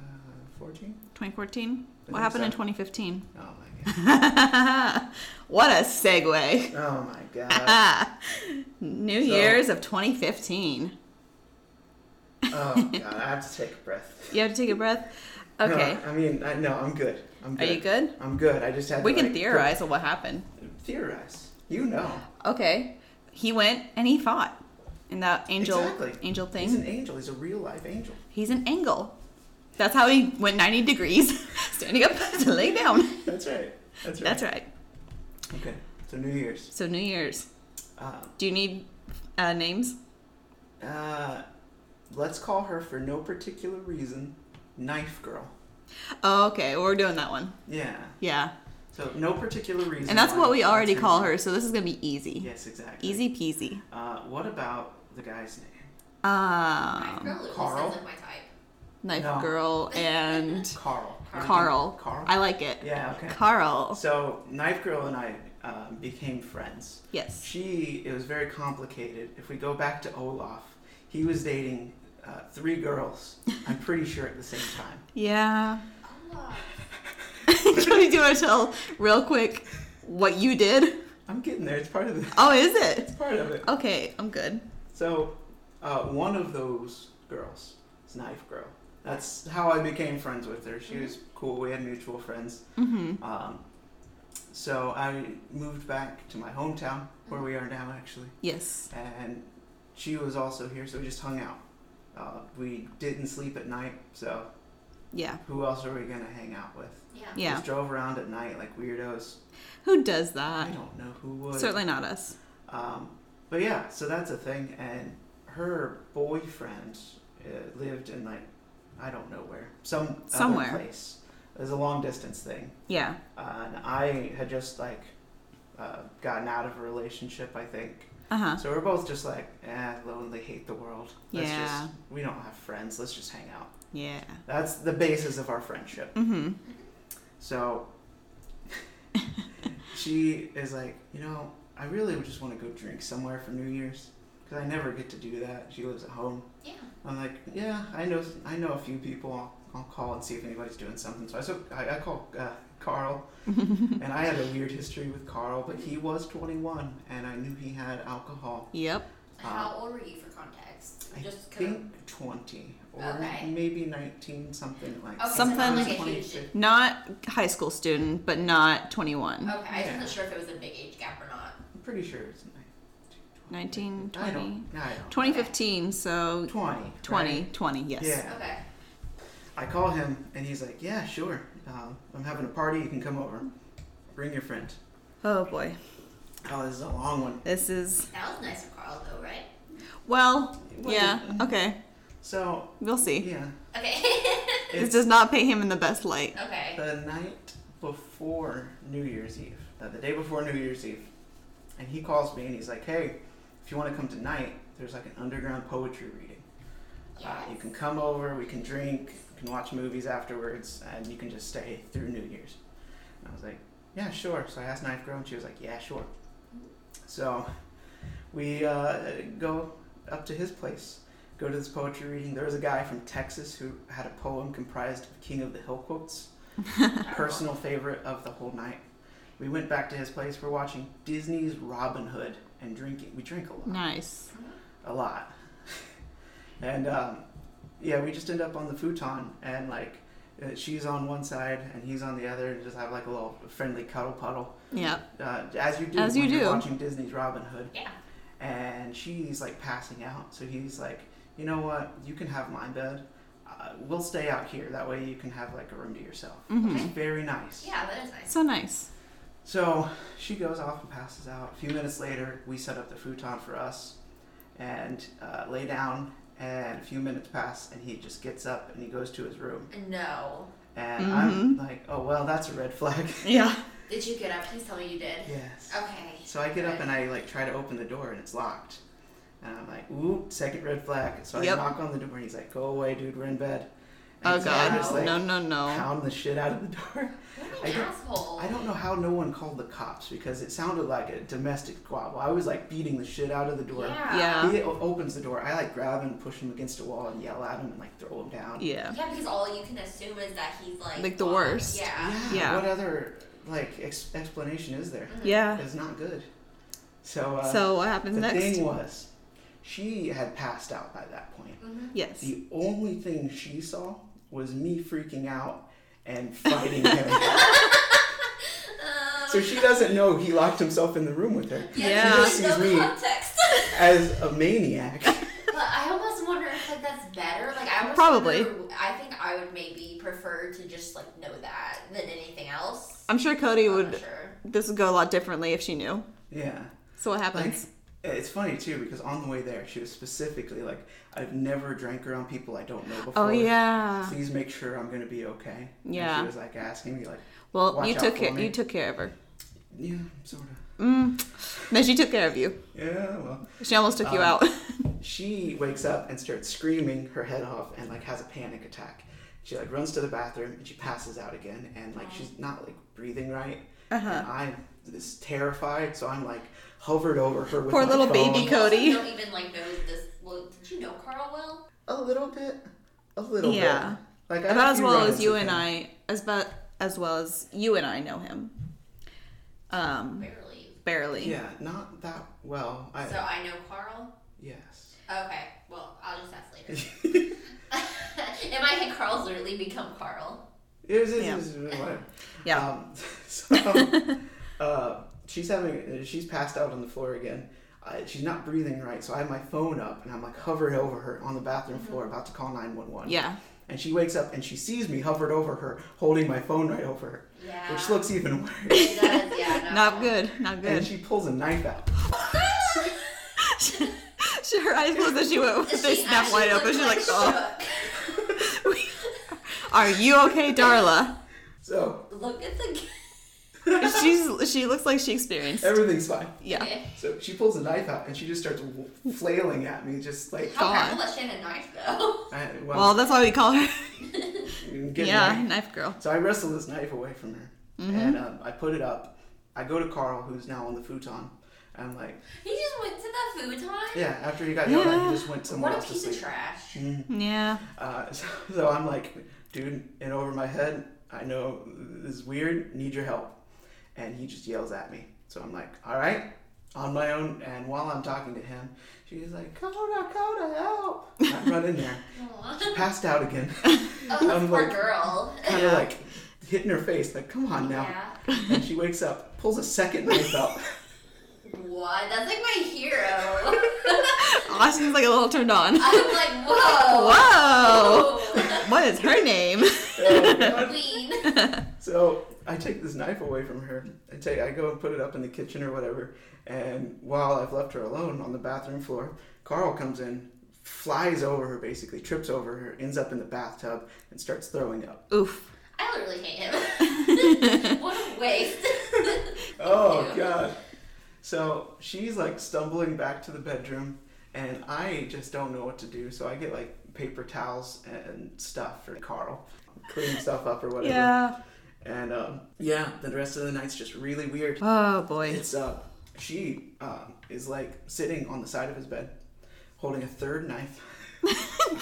[SPEAKER 3] Fourteen.
[SPEAKER 2] 2014?
[SPEAKER 3] I
[SPEAKER 2] What
[SPEAKER 3] think
[SPEAKER 2] happened in
[SPEAKER 3] so.
[SPEAKER 2] 2015?
[SPEAKER 3] Oh my god.
[SPEAKER 2] what a segue.
[SPEAKER 3] Oh my god.
[SPEAKER 2] New
[SPEAKER 3] So-
[SPEAKER 2] Year's of 2015.
[SPEAKER 3] Oh god. I have to take a breath.
[SPEAKER 2] You have to take a breath. Okay.
[SPEAKER 3] No, I mean, I, no, I'm good. I'm
[SPEAKER 2] Are
[SPEAKER 3] good.
[SPEAKER 2] you good?
[SPEAKER 3] I'm good. I just had.
[SPEAKER 2] We
[SPEAKER 3] to,
[SPEAKER 2] can
[SPEAKER 3] like,
[SPEAKER 2] theorize on what happened.
[SPEAKER 3] Theorize. You know.
[SPEAKER 2] Okay. He went and he fought in that angel
[SPEAKER 3] Exactly.
[SPEAKER 2] angel thing.
[SPEAKER 3] He's an angel. He's a real life angel.
[SPEAKER 2] He's an angle. That's how he went 90 degrees, standing up to lay down.
[SPEAKER 3] That's right. That's right.
[SPEAKER 2] That's right.
[SPEAKER 3] Okay, so New Year's.
[SPEAKER 2] So New Year's.
[SPEAKER 3] Uh,
[SPEAKER 2] Do you need uh, names?
[SPEAKER 3] uh, let's call her for no particular reason, Knife Girl.
[SPEAKER 2] Oh, okay. We're doing that one.
[SPEAKER 3] Yeah.
[SPEAKER 2] Yeah.
[SPEAKER 3] So no particular reason.
[SPEAKER 2] And that's
[SPEAKER 3] why-
[SPEAKER 2] what we already
[SPEAKER 3] that's
[SPEAKER 2] call
[SPEAKER 3] name.
[SPEAKER 2] her, so this is going to be easy.
[SPEAKER 3] Yes, exactly.
[SPEAKER 2] Easy peasy.
[SPEAKER 3] Uh, what about the guy's name?
[SPEAKER 1] My
[SPEAKER 2] Um,
[SPEAKER 1] girl Lewis
[SPEAKER 3] Carl?
[SPEAKER 1] isn't my type.
[SPEAKER 2] Knife
[SPEAKER 3] No.
[SPEAKER 2] Girl and
[SPEAKER 3] Carl.
[SPEAKER 2] Carl.
[SPEAKER 3] Carl.
[SPEAKER 2] I like it.
[SPEAKER 3] yeah. Okay.
[SPEAKER 2] Carl.
[SPEAKER 3] So Knife Girl and I um, became friends.
[SPEAKER 2] Yes.
[SPEAKER 3] She, it was very complicated. If we go back to Olaf, he was dating uh, three girls, I'm pretty sure at the same time.
[SPEAKER 2] Yeah.
[SPEAKER 1] Oh,
[SPEAKER 2] Cody, do you want to tell real quick what you did?
[SPEAKER 3] I'm getting there. It's part of the
[SPEAKER 2] Oh, is it?
[SPEAKER 3] part of it.
[SPEAKER 2] Okay, I'm good.
[SPEAKER 3] So, uh, one of those girls is Knife Girl. That's how I became friends with her. She was cool. We had mutual friends.
[SPEAKER 2] Mm-hmm.
[SPEAKER 3] Um, so I moved back to my hometown, where we are now, actually.
[SPEAKER 2] Yes.
[SPEAKER 3] and she was also here, so we just hung out. Uh, we didn't sleep at night, so
[SPEAKER 2] Yeah.
[SPEAKER 3] who else are we gonna hang out with?
[SPEAKER 1] yeah.
[SPEAKER 2] Yeah.
[SPEAKER 3] Just drove around at night like weirdos.
[SPEAKER 2] Who does
[SPEAKER 3] I
[SPEAKER 2] that?
[SPEAKER 3] don't know who would.
[SPEAKER 2] Uh, Certainly not us.
[SPEAKER 3] Um, but yeah, so that's a thing. And her boyfriend uh, lived in like I don't know where, some
[SPEAKER 2] Somewhere.
[SPEAKER 3] other place. It was a long distance thing,
[SPEAKER 2] Yeah.
[SPEAKER 3] uh, and I had just like uh, gotten out of a relationship, I think,
[SPEAKER 2] Uh huh.
[SPEAKER 3] So we're both just like, eh, lonely, hate the world. Let's
[SPEAKER 2] Yeah.
[SPEAKER 3] just we don't have friends, let's just hang out.
[SPEAKER 2] Yeah.
[SPEAKER 3] That's the basis of our friendship.
[SPEAKER 2] Mm-hmm.
[SPEAKER 3] So she is like, you know, I really would just want to go drink somewhere for New Year's because I never get to do that. She lives at home.
[SPEAKER 1] Yeah.
[SPEAKER 3] I'm like, yeah, I know, I know a few people. I'll, I'll call and see if anybody's doing something. So I so I, I call uh, Carl, and I had a weird history with Carl, but he was 21, and I knew he had alcohol.
[SPEAKER 2] Yep.
[SPEAKER 1] How old were you for context?
[SPEAKER 3] Uh-huh. I
[SPEAKER 1] Just 'cause-
[SPEAKER 3] think 20 or
[SPEAKER 1] Okay.
[SPEAKER 3] maybe 19 something like
[SPEAKER 1] Okay, so
[SPEAKER 2] Something-
[SPEAKER 1] not like a
[SPEAKER 3] 20,
[SPEAKER 1] huge. Okay,
[SPEAKER 3] 50.
[SPEAKER 2] Not high school student, but not 21.
[SPEAKER 1] I
[SPEAKER 3] Yeah.
[SPEAKER 1] wasn't sure if it was a big age gap or not.
[SPEAKER 3] I'm pretty sure it's 19
[SPEAKER 2] 19,
[SPEAKER 3] 20. I
[SPEAKER 2] 20.
[SPEAKER 3] don't, I don't.
[SPEAKER 2] 2015, so
[SPEAKER 3] 20 right?
[SPEAKER 2] 20, 20, yes.
[SPEAKER 3] yeah
[SPEAKER 1] Okay.
[SPEAKER 3] I call him and he's like yeah sure um, I'm having a party you can come over bring your friend
[SPEAKER 2] Oh boy.
[SPEAKER 3] oh this is a long one
[SPEAKER 2] This is,
[SPEAKER 1] That was nice of Carl, though, right?
[SPEAKER 2] well,
[SPEAKER 3] Well,
[SPEAKER 2] yeah,
[SPEAKER 1] Mm-hmm.
[SPEAKER 2] okay.
[SPEAKER 3] so
[SPEAKER 2] We'll see.
[SPEAKER 3] yeah
[SPEAKER 1] Okay.
[SPEAKER 2] This
[SPEAKER 3] it's
[SPEAKER 2] does not paint him in the best light.
[SPEAKER 1] okay.
[SPEAKER 3] the night before New Year's Eve uh, the day before New Year's Eve and he calls me and he's like hey if you want to come tonight there's like an underground poetry reading Uh, you
[SPEAKER 1] Yes.
[SPEAKER 3] can come over, we can drink, we can watch movies afterwards, and you can just stay through New Year's. And I was like, yeah, sure. So I asked Knife Girl, and she was like, yeah, sure. So we uh, go up to his place, go to this poetry reading. There was a guy from Texas who had a poem comprised of King of the Hill quotes, personal favorite of the whole night. We went back to his place. We're watching Disney's Robin Hood and drinking. We drink a lot
[SPEAKER 2] Nice.
[SPEAKER 3] a lot. and um, yeah, we just end up on the futon, and like uh, she's on one side and he's on the other, and just have like a little friendly cuddle puddle,
[SPEAKER 2] Yep.
[SPEAKER 3] uh, as you do
[SPEAKER 2] As
[SPEAKER 3] when
[SPEAKER 2] you
[SPEAKER 3] you're
[SPEAKER 2] do.
[SPEAKER 3] watching Disney's Robin Hood.
[SPEAKER 1] Yeah.
[SPEAKER 3] And she's like passing out, so he's like, you know what, you can have my bed. Uh, we'll stay out here. That way, you can have like a room to yourself.
[SPEAKER 2] hmm
[SPEAKER 3] Very nice.
[SPEAKER 1] Yeah, that is nice.
[SPEAKER 2] So nice.
[SPEAKER 3] So she goes off and passes out. A few minutes later, we set up the futon for us and uh, lay down. And a few minutes pass, and he just gets up and he goes to his room.
[SPEAKER 1] No.
[SPEAKER 3] And I'm
[SPEAKER 2] Mhm.
[SPEAKER 3] like, oh, well, that's a red flag.
[SPEAKER 2] Yeah.
[SPEAKER 1] Did you get up? Please tell me you did.
[SPEAKER 3] yes.
[SPEAKER 1] Okay.
[SPEAKER 3] So I get up and I like try to open the door, and it's locked. And I'm like, ooh, second red flag. So I
[SPEAKER 2] Yep.
[SPEAKER 3] knock on the door, and he's like, go away, dude, we're in bed.
[SPEAKER 2] Oh
[SPEAKER 3] And so I
[SPEAKER 2] god.
[SPEAKER 3] just like
[SPEAKER 2] no, no, no.
[SPEAKER 3] pound the shit out of the door.
[SPEAKER 1] What
[SPEAKER 3] I
[SPEAKER 1] an
[SPEAKER 3] don't-
[SPEAKER 1] asshole.
[SPEAKER 3] I don't know how no one called the cops because it sounded like a domestic squabble. I was like beating the shit out of the door.
[SPEAKER 1] Yeah.
[SPEAKER 2] Yeah.
[SPEAKER 3] He o- opens the door. I like grab him, push him against a wall, and yell at him and like throw him down.
[SPEAKER 2] Yeah.
[SPEAKER 1] because all you can assume is that he's like
[SPEAKER 2] Like the
[SPEAKER 1] gone.
[SPEAKER 2] worst.
[SPEAKER 1] Yeah.
[SPEAKER 3] Yeah.
[SPEAKER 2] Yeah.
[SPEAKER 3] What other like ex- explanation is there?
[SPEAKER 1] Mm-hmm.
[SPEAKER 2] Yeah.
[SPEAKER 3] It's not good. So, uh,
[SPEAKER 2] So what happens
[SPEAKER 3] the
[SPEAKER 2] next?
[SPEAKER 3] thing was, she had passed out by that point.
[SPEAKER 1] Mhm.
[SPEAKER 2] Yes.
[SPEAKER 3] The only thing she saw was me freaking out and fighting him.
[SPEAKER 1] Um,
[SPEAKER 3] so she doesn't know he locked himself in the room with her.
[SPEAKER 2] Yeah.
[SPEAKER 1] there's
[SPEAKER 3] She just
[SPEAKER 1] no
[SPEAKER 3] sees me.
[SPEAKER 1] context.
[SPEAKER 3] as a maniac.
[SPEAKER 1] but I almost wonder if like that's better. Like I almost
[SPEAKER 2] Probably.
[SPEAKER 1] wonder- I think I would maybe prefer to just like know that than anything else.
[SPEAKER 2] I'm sure Cody
[SPEAKER 1] I'm not
[SPEAKER 2] would.
[SPEAKER 1] sure.
[SPEAKER 2] This would go a lot differently if she knew.
[SPEAKER 3] yeah.
[SPEAKER 2] So what
[SPEAKER 3] Like,
[SPEAKER 2] happens?
[SPEAKER 3] it's funny too because on the way there, she was specifically like, "I've never drank around people I don't know before."
[SPEAKER 2] oh yeah.
[SPEAKER 3] Please make sure I'm gonna be okay. And
[SPEAKER 2] Yeah.
[SPEAKER 3] she was like asking me like,
[SPEAKER 2] Well,
[SPEAKER 3] watch
[SPEAKER 2] you
[SPEAKER 3] out
[SPEAKER 2] took
[SPEAKER 3] for
[SPEAKER 2] care.
[SPEAKER 3] me.
[SPEAKER 2] You took care of her. Mm.
[SPEAKER 3] Yeah, sort of.
[SPEAKER 2] No, she took care of you.
[SPEAKER 3] Yeah, well.
[SPEAKER 2] She almost took you
[SPEAKER 3] Um,
[SPEAKER 2] out.
[SPEAKER 3] She wakes up and starts screaming her head off and like has a panic attack. She like runs to the bathroom and she passes out again and like she's not like breathing right.
[SPEAKER 2] Uh-huh.
[SPEAKER 3] And I'm just terrified, so I'm like hovered over her with
[SPEAKER 2] Poor
[SPEAKER 3] my
[SPEAKER 2] little
[SPEAKER 3] phone.
[SPEAKER 2] baby
[SPEAKER 1] You also
[SPEAKER 2] Cody.
[SPEAKER 1] don't even like know this. Well, did you know Carl well?
[SPEAKER 3] A little bit, a little
[SPEAKER 2] Yeah.
[SPEAKER 3] bit. Like I had a
[SPEAKER 2] about as
[SPEAKER 3] few
[SPEAKER 2] well
[SPEAKER 3] run-ins
[SPEAKER 2] as you
[SPEAKER 3] with
[SPEAKER 2] and
[SPEAKER 3] him.
[SPEAKER 2] I, as about as well as you and I know him. Um,
[SPEAKER 1] Barely.
[SPEAKER 2] barely.
[SPEAKER 3] Yeah, not that well. I
[SPEAKER 1] So I know Carl.
[SPEAKER 3] yes.
[SPEAKER 1] Okay. Well, I'll just ask later. In my head, Carl's literally become Carl.
[SPEAKER 3] It was, it was,
[SPEAKER 2] Yeah.
[SPEAKER 3] it was whatever.
[SPEAKER 2] Yeah.
[SPEAKER 3] Um, so, uh, she's having, she's passed out on the floor again. Uh, she's not breathing right, so I have my phone up and I'm like hovering over her on the bathroom floor, about to call 911.
[SPEAKER 2] Mm-hmm. Yeah.
[SPEAKER 3] And she wakes up and she sees me hovered over her, holding my phone right over her,
[SPEAKER 1] Yeah.
[SPEAKER 2] Ah.
[SPEAKER 3] which looks even worse.
[SPEAKER 1] He does, yeah, no.
[SPEAKER 2] Not good. Not
[SPEAKER 3] And
[SPEAKER 2] good.
[SPEAKER 3] she pulls a knife out.
[SPEAKER 2] She, her eyes closed as she went. They
[SPEAKER 1] She
[SPEAKER 2] snapped wide
[SPEAKER 1] actually
[SPEAKER 2] open. She's
[SPEAKER 1] looked
[SPEAKER 2] like, "Oh,
[SPEAKER 1] shook.
[SPEAKER 2] are you okay, Darla?"
[SPEAKER 3] So
[SPEAKER 1] Look at the.
[SPEAKER 2] She's she looks like she experienced.
[SPEAKER 3] everything's fine.
[SPEAKER 2] Yeah.
[SPEAKER 3] So she pulls a knife out and she just starts w- flailing at me, just like,
[SPEAKER 1] How
[SPEAKER 2] God.
[SPEAKER 1] powerful is Shannon Knife though?
[SPEAKER 3] I,
[SPEAKER 2] Well,
[SPEAKER 3] well,
[SPEAKER 2] that's why we call her.
[SPEAKER 3] get
[SPEAKER 2] yeah, Mm-hmm.
[SPEAKER 3] me.
[SPEAKER 2] knife girl.
[SPEAKER 3] So I wrestle this knife away from her, and um, I put it up. I go to Carl, who's now on the futon. And I'm like,
[SPEAKER 1] He just went to the futon.
[SPEAKER 3] yeah. After he got yelled at,
[SPEAKER 2] Yeah.
[SPEAKER 3] he just went somewhere
[SPEAKER 1] What a
[SPEAKER 3] else to Mm.
[SPEAKER 1] piece of
[SPEAKER 3] sleep.
[SPEAKER 1] trash.
[SPEAKER 2] Yeah.
[SPEAKER 3] Uh, so, so I'm like, dude, in over my head. I know this is weird. Need your help. And he just yells at me. So I'm like, all right, on my own. And while I'm talking to him, she's like, Coda, Coda, help! And I run in there.
[SPEAKER 1] Aw.
[SPEAKER 3] Passed out again.
[SPEAKER 1] Oh,
[SPEAKER 3] I'm
[SPEAKER 1] poor
[SPEAKER 3] like-
[SPEAKER 1] girl.
[SPEAKER 3] Kind of like hitting her face. Like, come on now.
[SPEAKER 1] Yeah.
[SPEAKER 3] and she wakes up, pulls a second knife out.
[SPEAKER 1] What? That's like my hero.
[SPEAKER 2] Austin's like a little turned on.
[SPEAKER 1] I'm like, whoa.
[SPEAKER 2] Whoa.
[SPEAKER 1] Whoa.
[SPEAKER 2] What is her name?
[SPEAKER 3] Oh, God.
[SPEAKER 1] Queen.
[SPEAKER 3] so I take this knife away from her. I take, I go and put it up in the kitchen or whatever. And while I've left her alone on the bathroom floor, Carl comes in, flies over her basically, trips over her, ends up in the bathtub, and starts throwing up.
[SPEAKER 2] Oof.
[SPEAKER 1] I literally hate him. what a waste.
[SPEAKER 3] Oh God! So she's like stumbling back to the bedroom, and I just don't know what to do. So I get like paper towels and stuff for Carl, clean stuff up or whatever.
[SPEAKER 2] Yeah.
[SPEAKER 3] And um, yeah, the rest of the night's just really weird.
[SPEAKER 2] Oh boy.
[SPEAKER 3] It's uh, she um, is like sitting on the side of his bed, holding a third knife.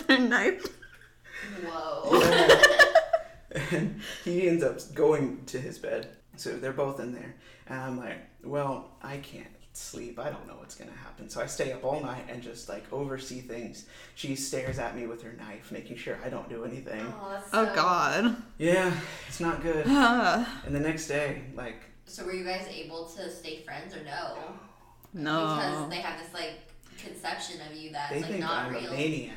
[SPEAKER 2] Her knife.
[SPEAKER 1] Whoa.
[SPEAKER 3] and he ends up going to his bed. So they're both in there. And I'm like, well, I can't sleep. I don't know what's going to happen. So I stay up all night and just like oversee things. She stares at me with her knife, making sure I don't do anything.
[SPEAKER 1] Aw, that's
[SPEAKER 2] Oh
[SPEAKER 1] so-
[SPEAKER 2] God.
[SPEAKER 3] Yeah, it's not good.
[SPEAKER 2] Ah,
[SPEAKER 3] And the next day, like,
[SPEAKER 1] So were you guys able to stay friends or no? Because
[SPEAKER 2] no.
[SPEAKER 1] they have this like conception of you that's
[SPEAKER 3] Oh. they
[SPEAKER 1] like
[SPEAKER 3] think
[SPEAKER 1] not
[SPEAKER 3] I'm
[SPEAKER 1] real.
[SPEAKER 3] a maniac.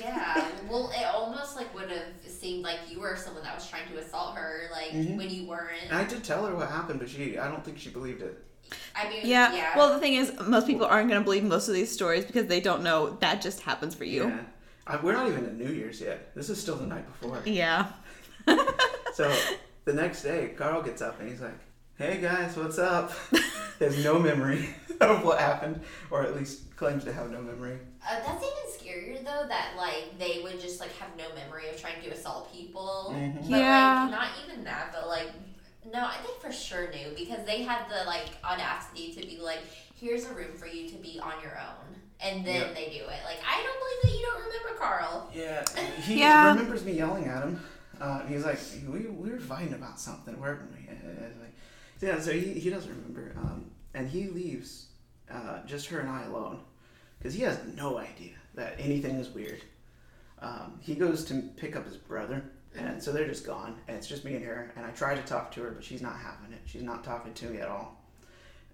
[SPEAKER 1] Yeah. Well, it almost like would have seemed like you were someone that was trying to assault her, like
[SPEAKER 3] Mhm.
[SPEAKER 1] when you weren't.
[SPEAKER 3] And I did tell her what happened, but she, I don't think she believed it.
[SPEAKER 1] I mean,
[SPEAKER 2] Yeah.
[SPEAKER 1] yeah.
[SPEAKER 2] Well, the thing is, most people aren't going to believe most of these stories because they don't know that just happens for you.
[SPEAKER 3] Yeah. I, we're not even at New Year's yet. This is still the night before.
[SPEAKER 2] Yeah.
[SPEAKER 3] so the next day, Carl gets up and he's like, hey guys, what's up? There's no memory of what happened, or at least claims to have no memory.
[SPEAKER 1] uh, that's even scarier though. That like they would just like have no memory of trying to assault people.
[SPEAKER 3] Mhm.
[SPEAKER 1] But,
[SPEAKER 2] Yeah.
[SPEAKER 1] Like, not even that, but like. No, I think for sure knew because they had the like audacity to be like, "Here's a room for you to be on your own," and then
[SPEAKER 3] Yeah.
[SPEAKER 1] they do it. Like, I don't believe that you don't remember Carl.
[SPEAKER 3] Yeah. He
[SPEAKER 2] Yeah.
[SPEAKER 3] remembers me yelling at him. Uh, he's like, we, we were fighting about something, weren't we? And I was like, yeah, so he, he doesn't remember. Um, and he leaves uh, just her and I alone because he has no idea that anything is weird. Um, he goes to pick up his brother, and so they're just gone, and it's just me and her. And I try to talk to her, but she's not having it. She's not talking to me at all.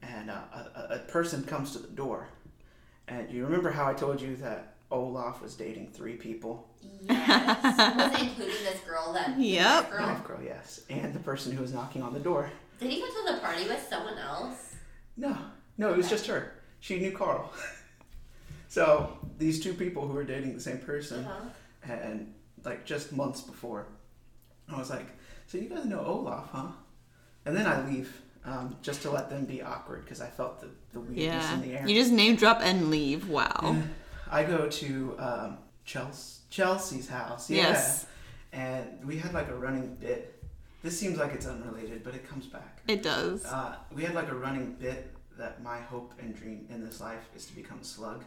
[SPEAKER 3] And uh, a, a- a person comes to the door, and you remember how I told you that Olaf was dating three people?
[SPEAKER 1] Yes. Was it including this girl that
[SPEAKER 2] Yep.
[SPEAKER 1] girl?
[SPEAKER 3] Knife Girl, yes. And the person who was knocking on the door.
[SPEAKER 1] Did he go to the party with someone else?
[SPEAKER 3] No, no, it was just her. She knew Carl. so these two people who were dating the same person,
[SPEAKER 1] Uh-huh.
[SPEAKER 3] and like just months before, I was like, "So you guys know Olaf, huh?" And then I leave. um, just to let them be awkward because I felt the, the weirdness
[SPEAKER 2] Yeah.
[SPEAKER 3] in the air.
[SPEAKER 2] You just name drop and leave. Wow.
[SPEAKER 3] I go to um, Chelsea, Chelsea's house. Yeah.
[SPEAKER 2] Yes.
[SPEAKER 3] And we had like a running bit. This seems like it's unrelated, but it comes back.
[SPEAKER 2] It does.
[SPEAKER 3] Uh, we had like a running bit that my hope and dream in this life is to become a slug.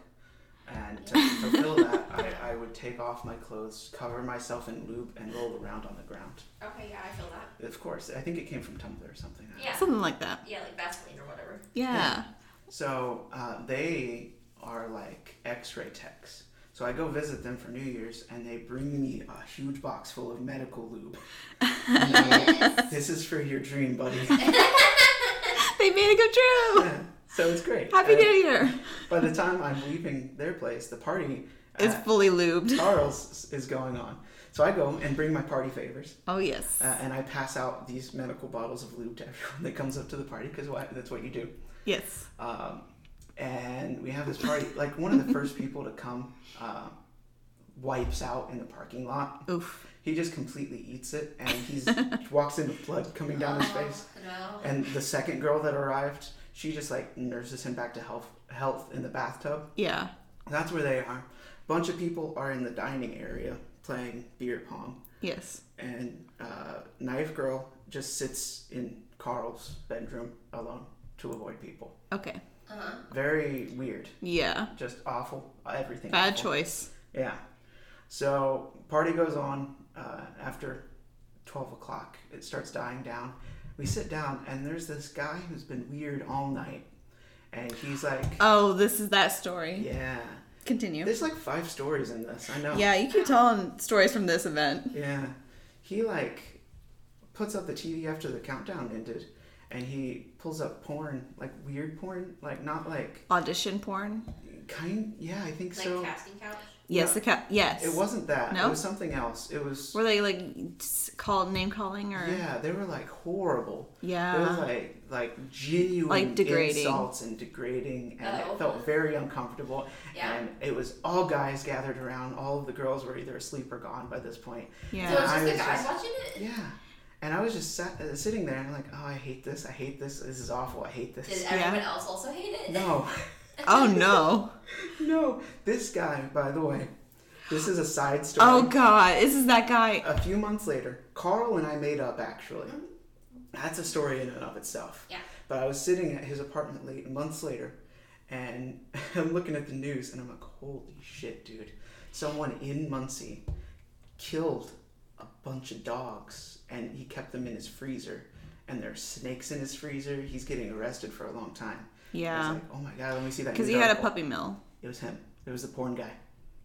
[SPEAKER 3] And to fulfill that, I, I would take off my clothes, cover myself in lube, and roll around on the ground.
[SPEAKER 1] Okay, yeah, I feel that.
[SPEAKER 3] Of course, I think it came from Tumblr or something.
[SPEAKER 1] Yeah.
[SPEAKER 2] Something like that.
[SPEAKER 1] Yeah, like Vaseline or whatever.
[SPEAKER 2] Yeah.
[SPEAKER 3] So uh, they are like X-ray techs. So I go visit them for New Year's, and they bring me a huge box full of medical lube.
[SPEAKER 1] Yes.
[SPEAKER 3] This is for your dream, buddy.
[SPEAKER 2] They made it go true.
[SPEAKER 3] so it's great.
[SPEAKER 2] Happy
[SPEAKER 3] And
[SPEAKER 2] New Year.
[SPEAKER 3] By the time I'm leaving their place, the party
[SPEAKER 2] It's
[SPEAKER 3] at
[SPEAKER 2] fully lubed.
[SPEAKER 3] Charles is going on. So I go and bring my party favors,
[SPEAKER 2] Oh yes.
[SPEAKER 3] uh, and I pass out these medical bottles of lube to everyone that comes up to the party because that's what you do.
[SPEAKER 2] Yes.
[SPEAKER 3] um, and we have this party. Like one of the first people to come uh, wipes out in the parking lot.
[SPEAKER 2] Oof.
[SPEAKER 3] He just completely eats it, and he's walks in with blood coming down his face.
[SPEAKER 1] Oh, No.
[SPEAKER 3] And the second girl that arrived, she just like nurses him back to health health in the bathtub.
[SPEAKER 2] Yeah.
[SPEAKER 3] That's where they are. Bunch of people are in the dining area playing beer pong,
[SPEAKER 2] Yes.
[SPEAKER 3] and uh, knife girl just sits in Carl's bedroom alone to avoid people.
[SPEAKER 2] Okay.
[SPEAKER 1] Uh-huh.
[SPEAKER 3] Very weird
[SPEAKER 2] Yeah.
[SPEAKER 3] just awful. Everything.
[SPEAKER 2] Bad
[SPEAKER 3] awful.
[SPEAKER 2] choice.
[SPEAKER 3] Yeah. So party goes on uh, after twelve o'clock. It starts dying down. We sit down and there's this guy who's been weird all night, and he's like,
[SPEAKER 2] Oh, this is that story.
[SPEAKER 3] yeah.
[SPEAKER 2] Continue.
[SPEAKER 3] There's like five stories in this. I know.
[SPEAKER 2] Yeah, you keep telling stories from this event.
[SPEAKER 3] Yeah. He like puts up the TV after the countdown ended, and he pulls up porn, like weird porn, like not like
[SPEAKER 2] Audition porn.
[SPEAKER 3] kind. Yeah, I think
[SPEAKER 1] Like
[SPEAKER 3] so.
[SPEAKER 1] casting couch.
[SPEAKER 2] Yes,
[SPEAKER 3] No.
[SPEAKER 2] the cat. Yes.
[SPEAKER 3] It wasn't that.
[SPEAKER 2] No?
[SPEAKER 3] It was something else. It was.
[SPEAKER 2] Were they like s- called name calling or?
[SPEAKER 3] Yeah, they were like horrible.
[SPEAKER 2] Yeah.
[SPEAKER 3] They were like like genuine
[SPEAKER 2] Uh-huh. Like degrading.
[SPEAKER 3] insults and degrading, and
[SPEAKER 1] Oh.
[SPEAKER 3] it felt very uncomfortable.
[SPEAKER 1] Yeah.
[SPEAKER 3] And it was all guys gathered around. All of the girls were either asleep or gone by this point.
[SPEAKER 1] So
[SPEAKER 2] Yeah.
[SPEAKER 1] it's
[SPEAKER 3] I
[SPEAKER 1] just the
[SPEAKER 3] was
[SPEAKER 1] guys
[SPEAKER 3] just-
[SPEAKER 1] watching it?
[SPEAKER 3] Yeah. And I was just sat, uh, sitting there, and I'm like, oh, I hate this. I hate this. This is awful. I hate
[SPEAKER 1] Did
[SPEAKER 3] this.
[SPEAKER 1] everyone else also hate it?
[SPEAKER 3] No,
[SPEAKER 2] Oh no.
[SPEAKER 3] no. This guy, by the way, this is a side story.
[SPEAKER 2] Oh god. This is that guy.
[SPEAKER 3] a few months later, Carl and I made up actually. That's a story in and of itself.
[SPEAKER 1] Yeah.
[SPEAKER 3] But I was sitting at his apartment late months later, and I'm looking at the news, and I'm like, "Holy shit, dude! Someone in Muncie killed a bunch of dogs, and he kept them in his freezer, and there's snakes in his freezer. He's getting arrested for a long time." I
[SPEAKER 2] Yeah.
[SPEAKER 3] was like, "Oh my god, let me see that."
[SPEAKER 2] Because
[SPEAKER 3] news
[SPEAKER 2] he had a
[SPEAKER 3] article."
[SPEAKER 2] puppy mill.
[SPEAKER 3] It was him. It was the porn guy.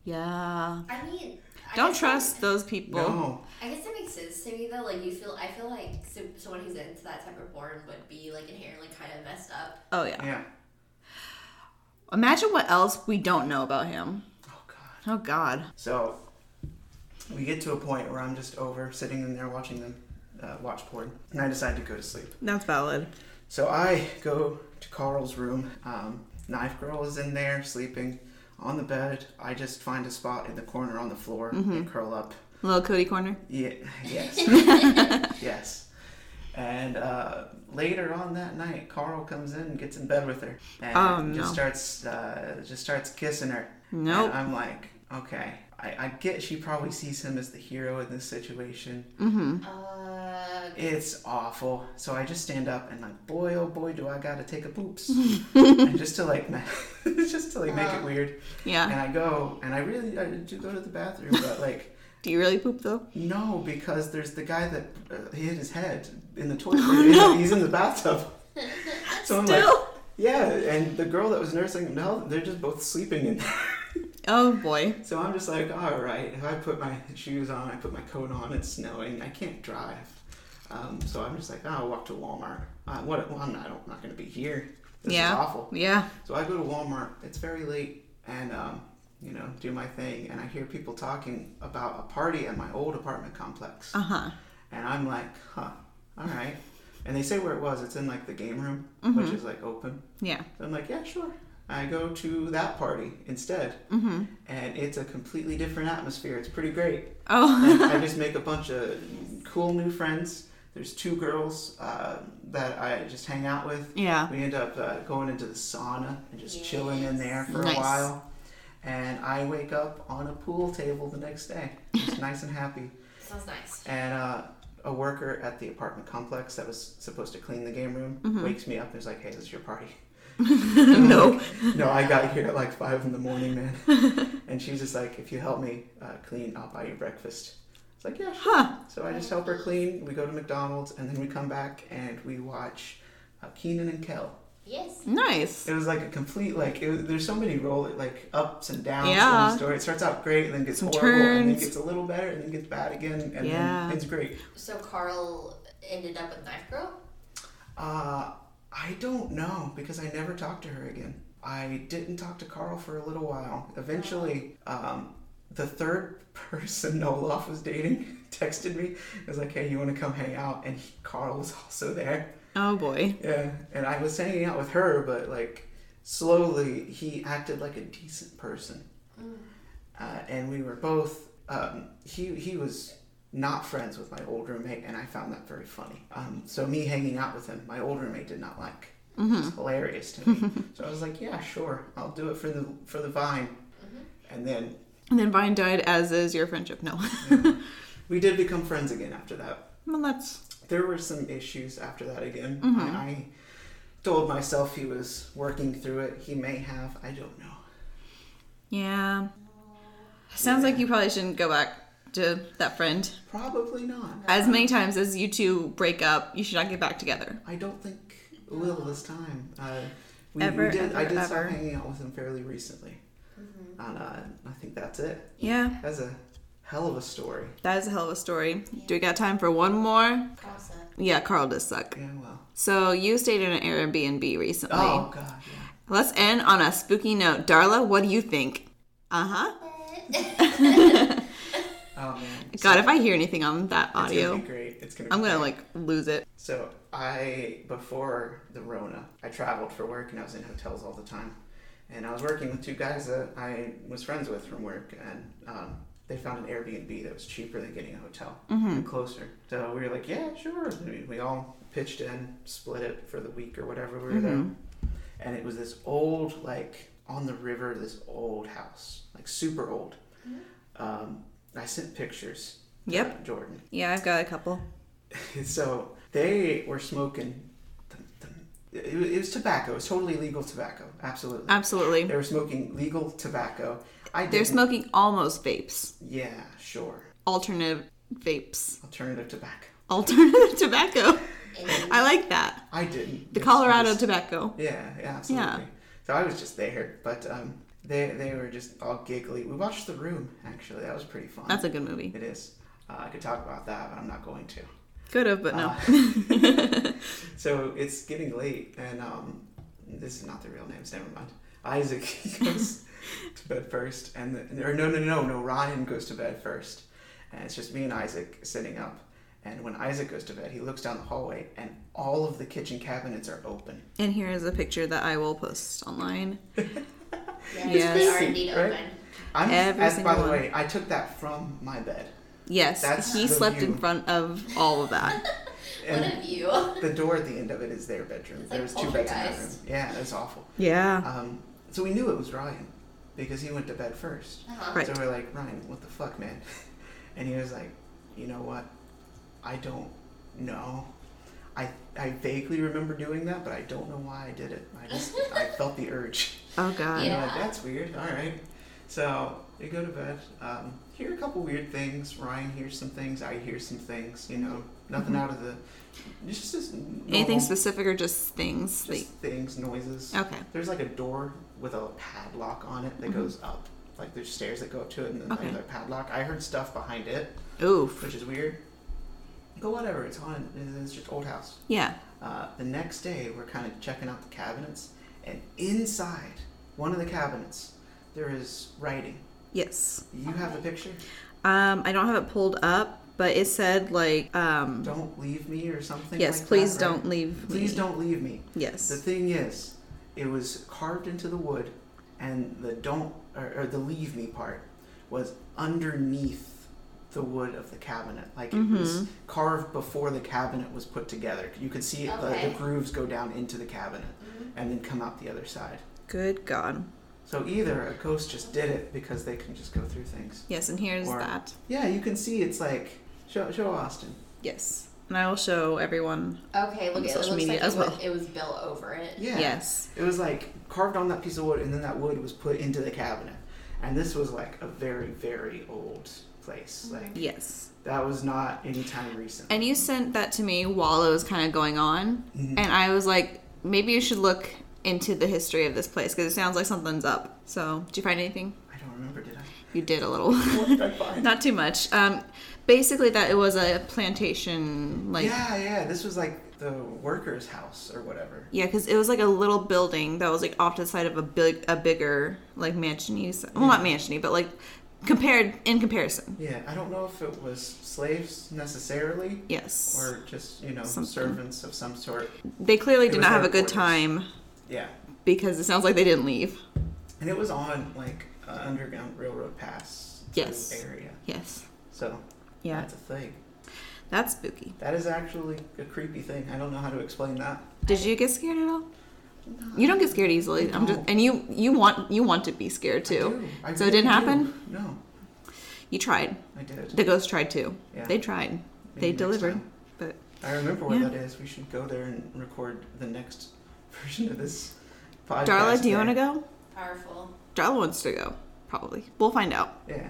[SPEAKER 2] Yeah.
[SPEAKER 1] I mean, I
[SPEAKER 2] Don't
[SPEAKER 1] guess
[SPEAKER 2] trust
[SPEAKER 1] that-
[SPEAKER 2] those people.
[SPEAKER 3] No.
[SPEAKER 1] I guess that makes sense to me though. Like you feel, I feel like so, someone who's into that type of porn would be like inherently kind of messed up.
[SPEAKER 2] Oh yeah.
[SPEAKER 3] Yeah.
[SPEAKER 2] Imagine what else we don't know about him.
[SPEAKER 3] Oh god.
[SPEAKER 2] Oh god.
[SPEAKER 3] So we get to a point where I'm just over sitting in there watching them uh, watch porn, and I decide to go to sleep.
[SPEAKER 2] That's valid.
[SPEAKER 3] So I go to Carl's room. Um, knife Girl is in there sleeping on the bed. I just find a spot in the corner on the floor
[SPEAKER 2] Mm-hmm.
[SPEAKER 3] and curl up.
[SPEAKER 2] Little Cody corner.
[SPEAKER 3] Yeah, yes, yes. And uh, later on that night, Carl comes in and gets in bed with her, and
[SPEAKER 2] Oh, no.
[SPEAKER 3] just starts uh, just starts kissing her.
[SPEAKER 2] Nope.
[SPEAKER 3] And I'm like, okay, I, I get she probably sees him as the hero in this situation.
[SPEAKER 2] Mm-hmm.
[SPEAKER 1] Uh,
[SPEAKER 3] It's awful. So I just stand up and like, boy, oh boy, do I gotta take a poops, and just to like, ma- just to like make
[SPEAKER 2] Uh-huh.
[SPEAKER 3] it weird. And
[SPEAKER 2] Yeah.
[SPEAKER 3] I go, and I really I do go to the bathroom, but like.
[SPEAKER 2] Do you really poop though?
[SPEAKER 3] No, because there's the guy that uh, hit his head in the toilet. He's in the bathtub. So I'm like,
[SPEAKER 2] Oh, Still?
[SPEAKER 3] yeah, and the girl that was nursing him, no, they're just both sleeping in there.
[SPEAKER 2] Oh boy.
[SPEAKER 3] So I'm just like, all right, if I put my shoes on, I put my coat on, it's snowing, I can't drive. Um, so I'm just like, oh, I'll walk to Walmart. Uh, what? Well, I'm not, I'm not going to be here. This
[SPEAKER 2] yeah.
[SPEAKER 3] is awful.
[SPEAKER 2] Yeah.
[SPEAKER 3] So I go to Walmart. It's very late, and um, you know, do my thing. And I hear people talking about a party at my old apartment complex.
[SPEAKER 2] Uh huh.
[SPEAKER 3] And I'm like, huh, all right. And they say where it was. It's in like the game room, which is like open.
[SPEAKER 2] Yeah.
[SPEAKER 3] So I'm like, yeah, sure. I go to that party instead.
[SPEAKER 2] Mm-hmm.
[SPEAKER 3] And it's a completely different atmosphere. It's pretty great.
[SPEAKER 2] Oh.
[SPEAKER 3] And I just make a bunch of cool new friends. There's two girls. Uh, that I just hang out with.
[SPEAKER 2] Yeah.
[SPEAKER 3] We end up uh, going into the sauna and just
[SPEAKER 1] Yes.
[SPEAKER 3] chilling in there for
[SPEAKER 2] Nice.
[SPEAKER 3] a while. And I wake up on a pool table the next day, just nice and happy.
[SPEAKER 1] Sounds nice.
[SPEAKER 3] And uh, a worker at the apartment complex that was supposed to clean the game room wakes me up and is like, "Hey, this is your party."
[SPEAKER 2] no.
[SPEAKER 3] no, I got here at like five in the morning, man. and she's just like, "If you help me uh, clean, I'll buy you breakfast." It's like, "Yeah, sure."
[SPEAKER 2] Huh.
[SPEAKER 3] So I just help her clean. We go to McDonald's, and then we come back and we watch uh, Keenan and Kel.
[SPEAKER 1] Yes.
[SPEAKER 2] Nice.
[SPEAKER 3] It was like a complete like. It, was- there's so many roll like ups and downs in
[SPEAKER 2] Yeah.
[SPEAKER 3] the story. It starts out great, and then gets
[SPEAKER 2] Some
[SPEAKER 3] horrible, and then
[SPEAKER 2] turns.
[SPEAKER 3] gets a little better, and then gets bad again, and
[SPEAKER 2] Yeah.
[SPEAKER 3] then it's great.
[SPEAKER 1] So Carl ended up with Knife Girl.
[SPEAKER 3] Uh, I don't know because I never talked to her again. I didn't talk to Carl for a little while. Eventually, um, the third person Olaf was dating texted me. It was like, "Hey, you want to come hang out?" And he- Carl was also there.
[SPEAKER 2] Oh boy.
[SPEAKER 3] Yeah, and I was hanging out with her, but like slowly he acted like a decent person, uh, and we were both. Um, he he was not friends with my old roommate, and I found that very funny. Um, so me hanging out with him, my old roommate did not like. It was hilarious to me. so I was like, yeah, sure, I'll do it for the for the vine, and then
[SPEAKER 2] And then Vine died, as is your friendship. No.
[SPEAKER 3] we did become friends again after that.
[SPEAKER 2] well, that's
[SPEAKER 3] there were some issues after that again.
[SPEAKER 2] Mm-hmm.
[SPEAKER 3] I, I told myself he was working through it. He may have. I don't know.
[SPEAKER 2] yeah. Sounds like you probably shouldn't go back to that friend
[SPEAKER 3] Probably not.
[SPEAKER 2] as many times as you two break up. You should not get back together.
[SPEAKER 3] I don't think will this time. Uh, we, we
[SPEAKER 2] Ever,
[SPEAKER 3] did. I
[SPEAKER 2] ever,
[SPEAKER 3] did stop
[SPEAKER 2] ever.
[SPEAKER 3] hanging out with him fairly recently, and uh, I think that's it.
[SPEAKER 2] Yeah.
[SPEAKER 3] That's a hell of a story.
[SPEAKER 2] That is a hell of a story. Do we got time for one more?
[SPEAKER 1] Carl sucked.
[SPEAKER 2] Yeah, Carl does suck.
[SPEAKER 3] Yeah. Well.
[SPEAKER 2] So you stayed in an Airbnb recently.
[SPEAKER 3] Oh God. Yeah.
[SPEAKER 2] Let's end on a spooky note. Darla, what do you think? Uh huh.
[SPEAKER 3] Oh man.
[SPEAKER 2] God, if I hear anything on that
[SPEAKER 3] It's gonna
[SPEAKER 2] audio,
[SPEAKER 3] be great. It's gonna. Be
[SPEAKER 2] I'm gonna
[SPEAKER 3] great.
[SPEAKER 2] like lose it.
[SPEAKER 3] So I, before the Rona, I traveled for work and I was in hotels all the time. And I was working with two guys that I was friends with from work, and um, they found an Airbnb that was cheaper than getting a hotel and closer. So we were like, yeah, sure. I mean, we all pitched in, split it for the week or whatever we were there. And it was this old, like, on the river, this old house, like super old. Um, I sent pictures. to
[SPEAKER 2] Yep.
[SPEAKER 3] Jordan
[SPEAKER 2] Yeah, I've got a couple.
[SPEAKER 3] so they were smoking the, the, it, was, it was tobacco it was totally legal tobacco absolutely
[SPEAKER 2] Um, Absolutely.
[SPEAKER 3] they were smoking legal tobacco i
[SPEAKER 2] They're
[SPEAKER 3] didn't-
[SPEAKER 2] smoking almost vapes,
[SPEAKER 3] yeah sure
[SPEAKER 2] alternative vapes,
[SPEAKER 3] alternative tobacco
[SPEAKER 2] alternative tobacco.
[SPEAKER 1] And
[SPEAKER 2] I like that.
[SPEAKER 3] i didn't
[SPEAKER 2] The
[SPEAKER 3] It's-
[SPEAKER 2] Colorado
[SPEAKER 3] it's-
[SPEAKER 2] tobacco.
[SPEAKER 3] yeah yeah absolutely
[SPEAKER 2] Yeah.
[SPEAKER 3] so i was just there but um they they were just all giggly we watched the room actually that was pretty fun
[SPEAKER 2] That's a good movie.
[SPEAKER 3] it is uh, i could talk about that but i'm not going to
[SPEAKER 2] Could have, but no.
[SPEAKER 3] So it's getting late, and um, this is not the real names. Never mind. Isaac goes to bed first, and the, or no, no, no, no. Ryan goes to bed first, and it's just me and Isaac sitting up. And when Isaac goes to bed, he looks down the hallway, and all of the kitchen cabinets are open.
[SPEAKER 2] And here is a picture that I will post online.
[SPEAKER 1] yes,
[SPEAKER 2] Yes.
[SPEAKER 1] they are indeed
[SPEAKER 3] Right?
[SPEAKER 1] open.
[SPEAKER 3] I'm,
[SPEAKER 2] Every
[SPEAKER 3] as,
[SPEAKER 2] single
[SPEAKER 3] by the
[SPEAKER 2] one.
[SPEAKER 3] way, I took that from my bed.
[SPEAKER 2] Yes,
[SPEAKER 3] That's
[SPEAKER 2] he
[SPEAKER 3] the
[SPEAKER 2] slept
[SPEAKER 3] view.
[SPEAKER 2] in front of all of that.
[SPEAKER 1] What
[SPEAKER 3] And
[SPEAKER 1] a view.
[SPEAKER 3] the door at the end of it is their bedroom.
[SPEAKER 1] It's
[SPEAKER 3] there
[SPEAKER 1] like
[SPEAKER 3] was two beds in that room.
[SPEAKER 1] Poltergeist.
[SPEAKER 3] Yeah, that's awful.
[SPEAKER 2] Yeah.
[SPEAKER 3] Um, so we knew it was Ryan because he went to bed first.
[SPEAKER 1] Uh-huh.
[SPEAKER 2] Right.
[SPEAKER 3] So we're like, Ryan, what the fuck, man? And he was like, you know what? I don't know. I I vaguely remember doing that, but I don't know why I did it. I just I felt the urge.
[SPEAKER 2] Oh god.
[SPEAKER 3] And I'm
[SPEAKER 1] Yeah.
[SPEAKER 3] like, that's weird. All right. So you go to bed. Um, hear a couple weird things. Ryan hears some things. I hear some things. You know, nothing out of the. It's just this normal-
[SPEAKER 2] Mm-hmm. Anything specific or just things?
[SPEAKER 3] Just things, noises.
[SPEAKER 2] that- okay.
[SPEAKER 3] There's like a door with a padlock on it that goes up. Like there's stairs that go up to it and then
[SPEAKER 2] Mm-hmm. Okay.
[SPEAKER 3] another padlock. I heard stuff behind it,
[SPEAKER 2] Oof.
[SPEAKER 3] which is weird. But whatever, it's haunted. It's just old house.
[SPEAKER 2] Yeah.
[SPEAKER 3] Uh, the next day, we're kind of checking out the cabinets, and inside one of the cabinets, there is writing.
[SPEAKER 2] Yes.
[SPEAKER 3] You have the picture?
[SPEAKER 2] Um, I don't have it pulled up, but it said like, um,
[SPEAKER 3] Don't leave me or something.
[SPEAKER 2] yes,
[SPEAKER 3] like
[SPEAKER 2] please
[SPEAKER 3] that, right?
[SPEAKER 2] don't leave.
[SPEAKER 3] Please
[SPEAKER 2] me.
[SPEAKER 3] don't leave me. The
[SPEAKER 2] Yes.
[SPEAKER 3] thing is, it was carved into the wood, and the don't or, or the leave me part was underneath the wood of the cabinet. Like it was carved before the cabinet was put together. You could see it, the- the,
[SPEAKER 1] Okay.
[SPEAKER 3] grooves go down into the cabinet and then come out the other side.
[SPEAKER 2] Good God.
[SPEAKER 3] So either a ghost just did it because they can just go through things.
[SPEAKER 2] Yes, and here's
[SPEAKER 3] Or-
[SPEAKER 2] that.
[SPEAKER 3] Yeah, you can see it's like show show Austin.
[SPEAKER 2] Yes. And I will show everyone.
[SPEAKER 1] Okay,
[SPEAKER 2] On
[SPEAKER 1] look, it
[SPEAKER 2] social
[SPEAKER 1] looks
[SPEAKER 2] media
[SPEAKER 1] like
[SPEAKER 2] as
[SPEAKER 1] it, was,
[SPEAKER 2] well.
[SPEAKER 1] it was built over it.
[SPEAKER 3] Yeah.
[SPEAKER 2] Yes.
[SPEAKER 3] It was like carved on that piece of wood, and then that wood was put into the cabinet. And this was like a very, very old place.
[SPEAKER 2] Mm-hmm.
[SPEAKER 3] Like
[SPEAKER 2] Yes.
[SPEAKER 3] that was not any time recent.
[SPEAKER 2] And you sent that to me while it was kind of going on.
[SPEAKER 3] Mm-hmm.
[SPEAKER 2] And I was like, maybe you should look into the history of this place because it sounds like something's up. So, did you find anything?
[SPEAKER 3] I don't remember, did I?
[SPEAKER 2] You did a little.
[SPEAKER 3] What did I find?
[SPEAKER 2] Not too much. Um, basically, that it was a plantation, like.
[SPEAKER 3] yeah, yeah. This was like the worker's house or whatever.
[SPEAKER 2] Yeah, because it was like a little building that was like off to the side of a big, a bigger like mansiony. s- Well, not mansiony, but like compared in comparison.
[SPEAKER 3] Yeah, I don't know if it was slaves necessarily
[SPEAKER 2] Yes,
[SPEAKER 3] or just you know
[SPEAKER 2] Something.
[SPEAKER 3] servants of some sort.
[SPEAKER 2] they clearly
[SPEAKER 3] it
[SPEAKER 2] did
[SPEAKER 3] was
[SPEAKER 2] not have
[SPEAKER 3] their
[SPEAKER 2] a good
[SPEAKER 3] quarters.
[SPEAKER 2] time
[SPEAKER 3] Yeah,
[SPEAKER 2] because it sounds like they didn't leave.
[SPEAKER 3] and it was on like an underground railroad pass through
[SPEAKER 2] Yes.
[SPEAKER 3] area.
[SPEAKER 2] Yes,
[SPEAKER 3] So
[SPEAKER 2] yeah,
[SPEAKER 3] that's a thing.
[SPEAKER 2] that's spooky.
[SPEAKER 3] That is actually a creepy thing. I don't know how to explain that.
[SPEAKER 2] Did you get scared at all? You don't get scared easily. I'm just,
[SPEAKER 3] No.
[SPEAKER 2] and you you want you want to be scared
[SPEAKER 3] I
[SPEAKER 2] too.
[SPEAKER 3] do. I
[SPEAKER 2] So it didn't
[SPEAKER 3] really do.
[SPEAKER 2] happen?
[SPEAKER 3] No,
[SPEAKER 2] You tried.
[SPEAKER 3] I did.
[SPEAKER 2] The ghost tried too.
[SPEAKER 3] Yeah.
[SPEAKER 2] They tried.
[SPEAKER 3] Maybe
[SPEAKER 2] They
[SPEAKER 3] next
[SPEAKER 2] delivered.
[SPEAKER 3] time.
[SPEAKER 2] But
[SPEAKER 3] I remember where
[SPEAKER 2] Yeah.
[SPEAKER 3] that is. We should go there and record the next version of this podcast.
[SPEAKER 2] Darla, do you
[SPEAKER 3] there.
[SPEAKER 2] want to go?
[SPEAKER 1] Powerful.
[SPEAKER 2] Darla wants to go. Probably. We'll find out.
[SPEAKER 3] Yeah.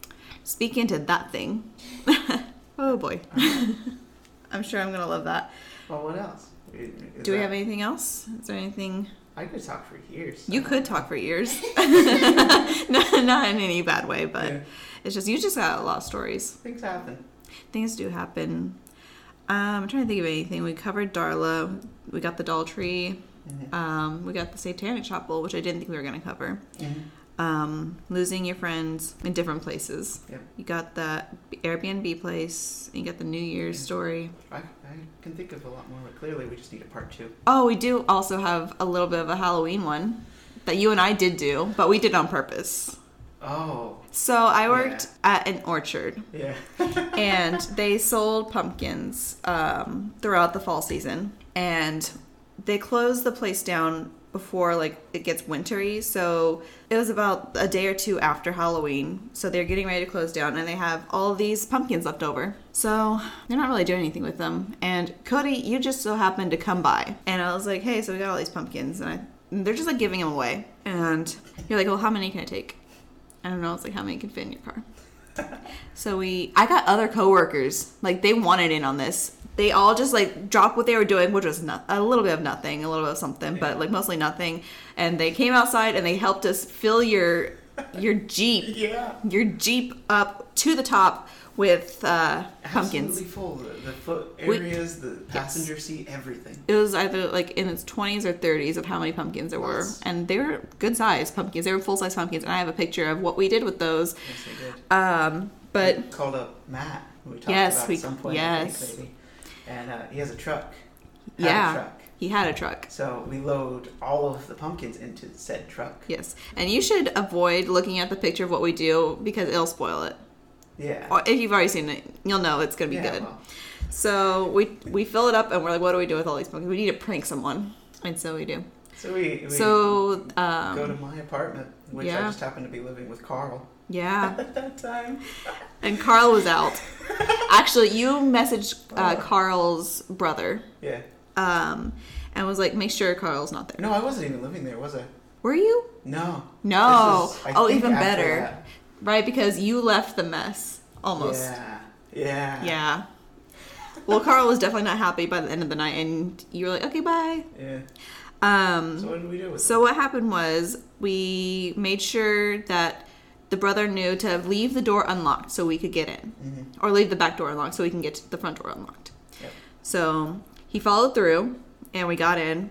[SPEAKER 2] Speak into that thing. oh boy. I'm sure I'm gonna love that.
[SPEAKER 3] Well, what else? Is
[SPEAKER 2] Do we
[SPEAKER 3] that-
[SPEAKER 2] have anything else? Is there anything
[SPEAKER 3] I could talk for years.
[SPEAKER 2] you could talk for years? no, not in any bad way, but
[SPEAKER 3] Yeah.
[SPEAKER 2] it's just you just got a lot of stories.
[SPEAKER 3] Things happen.
[SPEAKER 2] Things do happen. Um, I'm trying to think of anything. We covered Darla. We got the doll tree.
[SPEAKER 3] Mhm.
[SPEAKER 2] Um, we got the Satanic Chapel, which I didn't think we were gonna cover.
[SPEAKER 3] Mhm.
[SPEAKER 2] um, losing your friends in different places.
[SPEAKER 3] Yep.
[SPEAKER 2] You got that Airbnb place. You got the New Year's
[SPEAKER 3] Yeah.
[SPEAKER 2] story.
[SPEAKER 3] I, I can think of a lot more, but clearly we just need a part two.
[SPEAKER 2] Oh, we do also have a little bit of a Halloween one that you and I did do, but we did on purpose.
[SPEAKER 3] Oh,
[SPEAKER 2] So I worked at an orchard,
[SPEAKER 3] yeah.
[SPEAKER 2] and they sold pumpkins um, throughout the fall season, and they closed the place down before like it gets wintry so it was about a day or two after halloween so they're getting ready to close down and they have all these pumpkins left over so they're not really doing anything with them and cody you just so happened to come by and i was like hey so we got all these pumpkins and, I, and they're just like giving them away and you're like well how many can i take i don't know it's like how many can fit in your car so we, I got other coworkers like they wanted in on this. They all just like dropped what they were doing, which was not, a little bit of nothing, a little bit of something, but like mostly nothing. And they came outside and they helped us fill your your jeep,
[SPEAKER 3] Yeah.
[SPEAKER 2] your jeep up to the top with uh, pumpkins.
[SPEAKER 3] Absolutely full. The, the foot
[SPEAKER 2] We-
[SPEAKER 3] areas, the passenger seat, everything.
[SPEAKER 2] It was either like in its 20s or 30s of how many pumpkins there were,
[SPEAKER 3] Lots.
[SPEAKER 2] and they were good sized pumpkins. They were full size pumpkins, and I have a picture of what we did with those.
[SPEAKER 3] Yes, they did.
[SPEAKER 2] Um, but
[SPEAKER 3] We called up Matt, who we talked
[SPEAKER 2] Yes,
[SPEAKER 3] about
[SPEAKER 2] we-
[SPEAKER 3] at some point. I
[SPEAKER 2] yes.
[SPEAKER 3] think, maybe. And uh, he has a truck. Had a
[SPEAKER 2] yeah,
[SPEAKER 3] truck.
[SPEAKER 2] he had a truck.
[SPEAKER 3] So we load all of the pumpkins into said truck.
[SPEAKER 2] Yes, and you should avoid looking at the picture of what we do because it'll spoil it.
[SPEAKER 3] Yeah.
[SPEAKER 2] Or if you've already seen it, you'll know it's gonna be
[SPEAKER 3] yeah,
[SPEAKER 2] good.
[SPEAKER 3] well,
[SPEAKER 2] So we we fill it up and we're like, what do we do with all these pumpkins? We need to prank someone, and so we do.
[SPEAKER 3] so we, we
[SPEAKER 2] so
[SPEAKER 3] go to
[SPEAKER 2] um,
[SPEAKER 3] my apartment, which I
[SPEAKER 2] yeah.
[SPEAKER 3] just happened to be living with Carl
[SPEAKER 2] yeah,
[SPEAKER 3] at that time.
[SPEAKER 2] and Carl was out. Actually, you messaged uh, Carl's brother
[SPEAKER 3] Yeah.
[SPEAKER 2] um, and was like, make sure Carl's not there.
[SPEAKER 3] No, I wasn't even living there, was I?
[SPEAKER 2] Were you?
[SPEAKER 3] No.
[SPEAKER 2] No.
[SPEAKER 3] This is- I
[SPEAKER 2] oh,
[SPEAKER 3] think
[SPEAKER 2] even
[SPEAKER 3] after
[SPEAKER 2] better,
[SPEAKER 3] that.
[SPEAKER 2] right? Because you left the mess almost.
[SPEAKER 3] Yeah. Yeah.
[SPEAKER 2] Yeah. Well, Carl was definitely not happy by the end of the night, and you were like, okay, bye.
[SPEAKER 3] Yeah. So
[SPEAKER 2] Um,
[SPEAKER 3] what did we do with
[SPEAKER 2] so, what happened was we made sure that the brother knew to leave the door unlocked so we could get in,
[SPEAKER 3] Mm-hmm.
[SPEAKER 2] or leave the back door unlocked so we can get to the front door unlocked.
[SPEAKER 3] Yep.
[SPEAKER 2] So, he followed through, and we got in.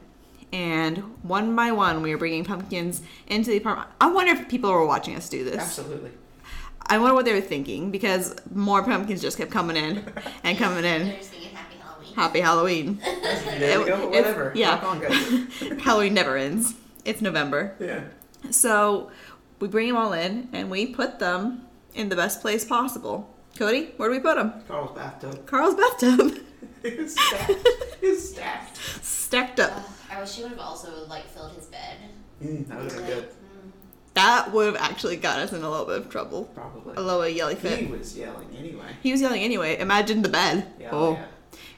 [SPEAKER 2] And one by one, we were bringing pumpkins into the apartment. I wonder if people were watching us do this.
[SPEAKER 3] it? Absolutely.
[SPEAKER 2] I wonder what they were thinking because more pumpkins just kept coming in and coming in.
[SPEAKER 1] They're just thinking Happy Halloween.
[SPEAKER 2] Happy Halloween.
[SPEAKER 3] There we
[SPEAKER 2] It-
[SPEAKER 3] go, but
[SPEAKER 2] it's-
[SPEAKER 3] whatever.
[SPEAKER 2] yeah.
[SPEAKER 3] Rock on, guys.
[SPEAKER 2] Halloween never ends. It's November.
[SPEAKER 3] yeah.
[SPEAKER 2] So we bring them all in and we put them in the best place possible. Cody, where do we put him?
[SPEAKER 3] Carl's bathtub.
[SPEAKER 2] Carl's bathtub.
[SPEAKER 3] it was stacked. It was stacked.
[SPEAKER 2] Stacked up.
[SPEAKER 1] Ugh, I wish he would have also like filled his bed.
[SPEAKER 3] Mm, that would have been
[SPEAKER 1] Like,
[SPEAKER 3] good.
[SPEAKER 1] mm,
[SPEAKER 2] That would have actually got us in a little bit of trouble. A
[SPEAKER 3] Probably.
[SPEAKER 2] little bit of yelly
[SPEAKER 3] He
[SPEAKER 2] fit.
[SPEAKER 3] was yelling anyway.
[SPEAKER 2] He was yelling anyway. Imagine the bed.
[SPEAKER 3] Yeah,
[SPEAKER 2] oh.
[SPEAKER 3] yeah.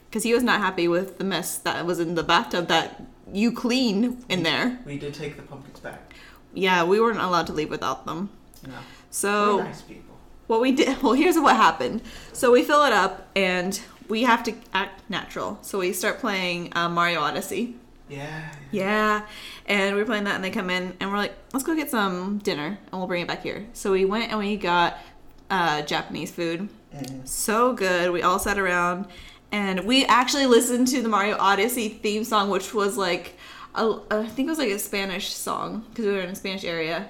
[SPEAKER 2] Because he was not happy with the mess that was in the bathtub that you cleaned in there.
[SPEAKER 3] We did take the pumpkins back.
[SPEAKER 2] Yeah, we weren't allowed to leave without them.
[SPEAKER 3] You know,
[SPEAKER 2] So.
[SPEAKER 3] we're nice people.
[SPEAKER 2] What we did, well, here's what happened. So we fill it up and we have to act natural. So we start playing um, Mario Odyssey.
[SPEAKER 3] Yeah.
[SPEAKER 2] Yeah. And we were playing that and they come in and we're like, let's go get some dinner and we'll bring it back here. So we went and we got uh, Japanese food.
[SPEAKER 3] Mhm.
[SPEAKER 2] So good. We all sat around and we actually listened to the Mario Odyssey theme song, which was like, a, I think it was like a Spanish song because we were in a Spanish area.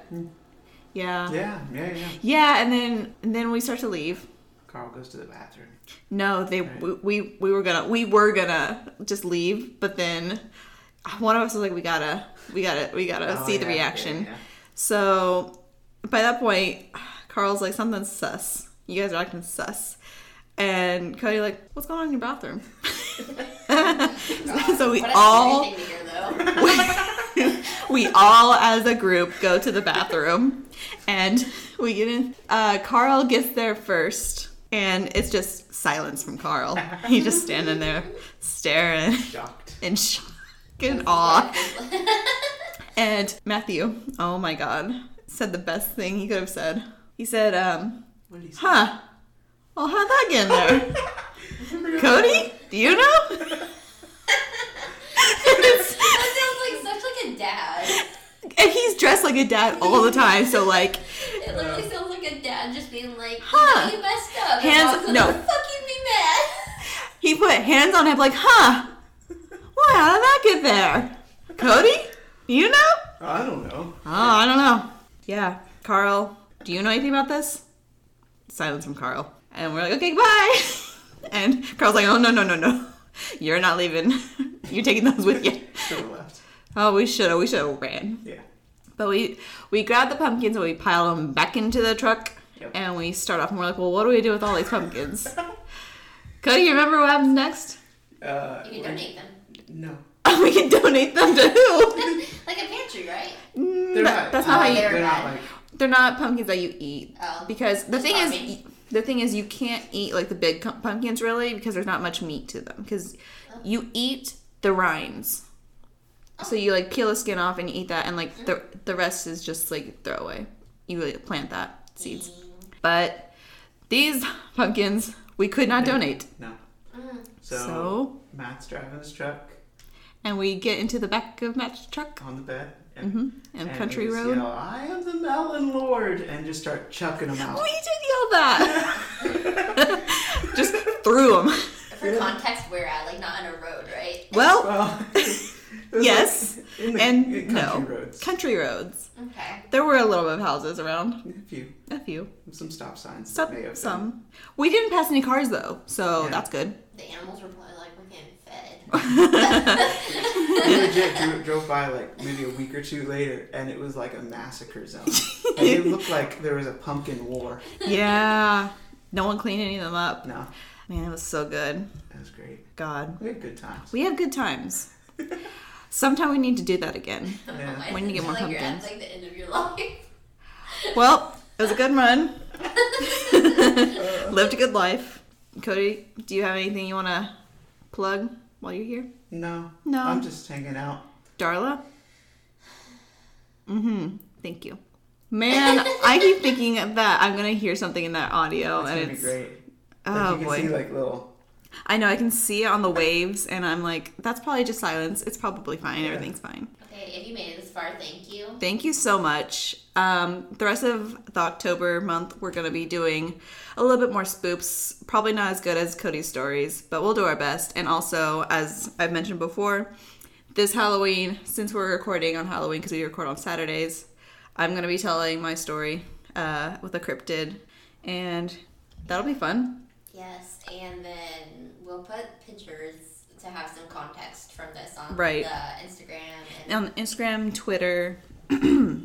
[SPEAKER 2] Yeah. yeah.
[SPEAKER 3] Hmm. Yeah, yeah, yeah.
[SPEAKER 2] and then and then we start to leave.
[SPEAKER 3] Carl goes to the bathroom.
[SPEAKER 2] No, they
[SPEAKER 3] Right.
[SPEAKER 2] we, we we were gonna we were gonna just leave, but then one of us was like, we gotta we gotta we gotta
[SPEAKER 3] Oh,
[SPEAKER 2] see the
[SPEAKER 3] yeah, yeah,
[SPEAKER 2] reaction.
[SPEAKER 3] yeah.
[SPEAKER 2] So by that point, Carl's like, something's sus. You guys are acting sus. And Cody like, what's going on in your bathroom? so we
[SPEAKER 1] what a
[SPEAKER 2] all
[SPEAKER 1] scary thing to hear, though.
[SPEAKER 2] we all as a group go to the bathroom and we get in uh, carl gets there first and it's just silence from carl he just standing there staring
[SPEAKER 3] Shocked.
[SPEAKER 2] in shock and awe and matthew oh my god said the best thing he could have said he said um
[SPEAKER 3] What did he say?
[SPEAKER 2] huh well how'd that get in there cody do you know
[SPEAKER 1] that sounds like such like a dad.
[SPEAKER 2] and he's dressed like a dad all the time so like
[SPEAKER 1] It literally sounds like a dad just being like,
[SPEAKER 2] Huh.
[SPEAKER 1] "You know you messed up." And
[SPEAKER 2] Hands-
[SPEAKER 1] mom's like,
[SPEAKER 2] no.
[SPEAKER 1] Fucking be mad.
[SPEAKER 2] He put hands on him like, huh? Why? How did that get there? Cody? Do you know?
[SPEAKER 3] I don't know.
[SPEAKER 2] Oh, I don't know. Yeah. Carl, do you know anything about this? Silence from Carl. And we're like, okay, bye. and Carl's like, oh, no, no, no, no. You're not leaving. You're taking those with you.
[SPEAKER 3] Should have left.
[SPEAKER 2] Oh, we should have. We should have ran.
[SPEAKER 3] Yeah.
[SPEAKER 2] But we we grab the pumpkins and we pile them back into the truck.
[SPEAKER 3] Yep.
[SPEAKER 2] And we start off and we're like, well, what do we do with all these pumpkins? Cody, you remember what happens next?
[SPEAKER 3] Uh,
[SPEAKER 1] You can donate
[SPEAKER 3] we're-
[SPEAKER 1] them.
[SPEAKER 3] No.
[SPEAKER 2] we can donate them to who?
[SPEAKER 1] like a pantry, right?
[SPEAKER 2] Mm,
[SPEAKER 3] They're
[SPEAKER 2] that-
[SPEAKER 3] not,
[SPEAKER 2] that's not how
[SPEAKER 1] uh,
[SPEAKER 2] you.
[SPEAKER 3] They're
[SPEAKER 1] They're
[SPEAKER 3] not
[SPEAKER 1] not.
[SPEAKER 3] like.
[SPEAKER 2] They're not pumpkins that you eat
[SPEAKER 1] Oh.
[SPEAKER 2] because the thing
[SPEAKER 1] not
[SPEAKER 2] is,
[SPEAKER 1] me.
[SPEAKER 2] the thing is, you can't eat like the big cu- pumpkins really because there's not much meat to them because
[SPEAKER 1] Oh.
[SPEAKER 2] you eat the rinds. So you like peel the skin off and you eat that, and like the
[SPEAKER 1] Mm-hmm.
[SPEAKER 2] the rest is just like throwaway. You really plant that seeds, but these pumpkins we could not donate.
[SPEAKER 3] No.
[SPEAKER 1] Mm.
[SPEAKER 3] So,
[SPEAKER 2] So?
[SPEAKER 3] Matt's driving his truck
[SPEAKER 2] And we get into the back of Matt's truck
[SPEAKER 3] on the bed. And,
[SPEAKER 2] hmm and,
[SPEAKER 3] and
[SPEAKER 2] country
[SPEAKER 3] we just
[SPEAKER 2] road.
[SPEAKER 3] Yell, I am the melon lord, and just start chucking them out.
[SPEAKER 2] We Oh, did yell that. Just threw him.
[SPEAKER 1] For context, we're at like not on a road, right?
[SPEAKER 2] Well,
[SPEAKER 3] Well, it was
[SPEAKER 2] Yes,
[SPEAKER 3] like in the,
[SPEAKER 2] and
[SPEAKER 3] in
[SPEAKER 2] no.
[SPEAKER 3] country roads,
[SPEAKER 2] country roads.
[SPEAKER 1] Okay.
[SPEAKER 2] There were a little bit of houses around.
[SPEAKER 3] a few,
[SPEAKER 2] A few.
[SPEAKER 3] some stop signs. that may have
[SPEAKER 2] Some.
[SPEAKER 3] been-
[SPEAKER 2] Some. We didn't pass any cars though, so
[SPEAKER 3] Yeah.
[SPEAKER 2] that's good.
[SPEAKER 1] The animals were probably like, "We're getting fed."
[SPEAKER 3] We legit dro- drove by like maybe a week or two later, and it was like a massacre zone. and it looked like there was a pumpkin war.
[SPEAKER 2] Yeah. No one cleaned any of them up.
[SPEAKER 3] No,
[SPEAKER 2] Man, it was so good.
[SPEAKER 3] that was great.
[SPEAKER 2] God.
[SPEAKER 3] We had good times.
[SPEAKER 2] We have good times. Sometime we need to do that again.
[SPEAKER 3] Yeah.
[SPEAKER 1] Why
[SPEAKER 2] When
[SPEAKER 1] does
[SPEAKER 2] you
[SPEAKER 1] it
[SPEAKER 2] get
[SPEAKER 1] feel
[SPEAKER 2] more
[SPEAKER 1] like
[SPEAKER 2] pumpkins.
[SPEAKER 1] You're at, like the end of your life.
[SPEAKER 2] Well, it was a good run. Lived a good life. Cody, do you have anything you want to plug while you're here?
[SPEAKER 3] No,
[SPEAKER 2] No.
[SPEAKER 3] I'm just hanging out.
[SPEAKER 2] Darla? Mm-hmm. Thank you. Man, I keep thinking that I'm gonna hear something in that audio
[SPEAKER 3] It's
[SPEAKER 2] Oh, and
[SPEAKER 3] gonna be
[SPEAKER 2] it's
[SPEAKER 3] great. Like,
[SPEAKER 2] oh
[SPEAKER 3] you can
[SPEAKER 2] boy.
[SPEAKER 3] see like little.
[SPEAKER 2] I know I can see it on the waves and I'm like, that's probably just silence. It's probably fine, everything's fine.
[SPEAKER 1] Okay, if you made it this far, thank you.
[SPEAKER 2] Thank you so much. Um, the rest of the October month, we're going to be doing a little bit more spoops. Probably not as good as Cody's stories, but we'll do our best. And also, as I've mentioned before, this Halloween, since we're recording on Halloween, because we record on Saturdays, I'm going to be telling my story uh, with a cryptid. And that'll be fun.
[SPEAKER 1] Yes, and then we'll put pictures to have some context from this on
[SPEAKER 2] Right.
[SPEAKER 1] the Instagram and
[SPEAKER 2] On Instagram, Twitter.
[SPEAKER 1] yeah.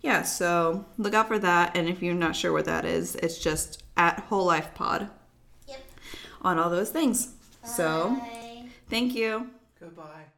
[SPEAKER 2] yeah, so look out for that. And if you're not sure what that is, it's just at Whole Life Pod
[SPEAKER 1] Yep.
[SPEAKER 2] on all those things. So
[SPEAKER 1] Bye.
[SPEAKER 2] thank you.
[SPEAKER 3] Goodbye.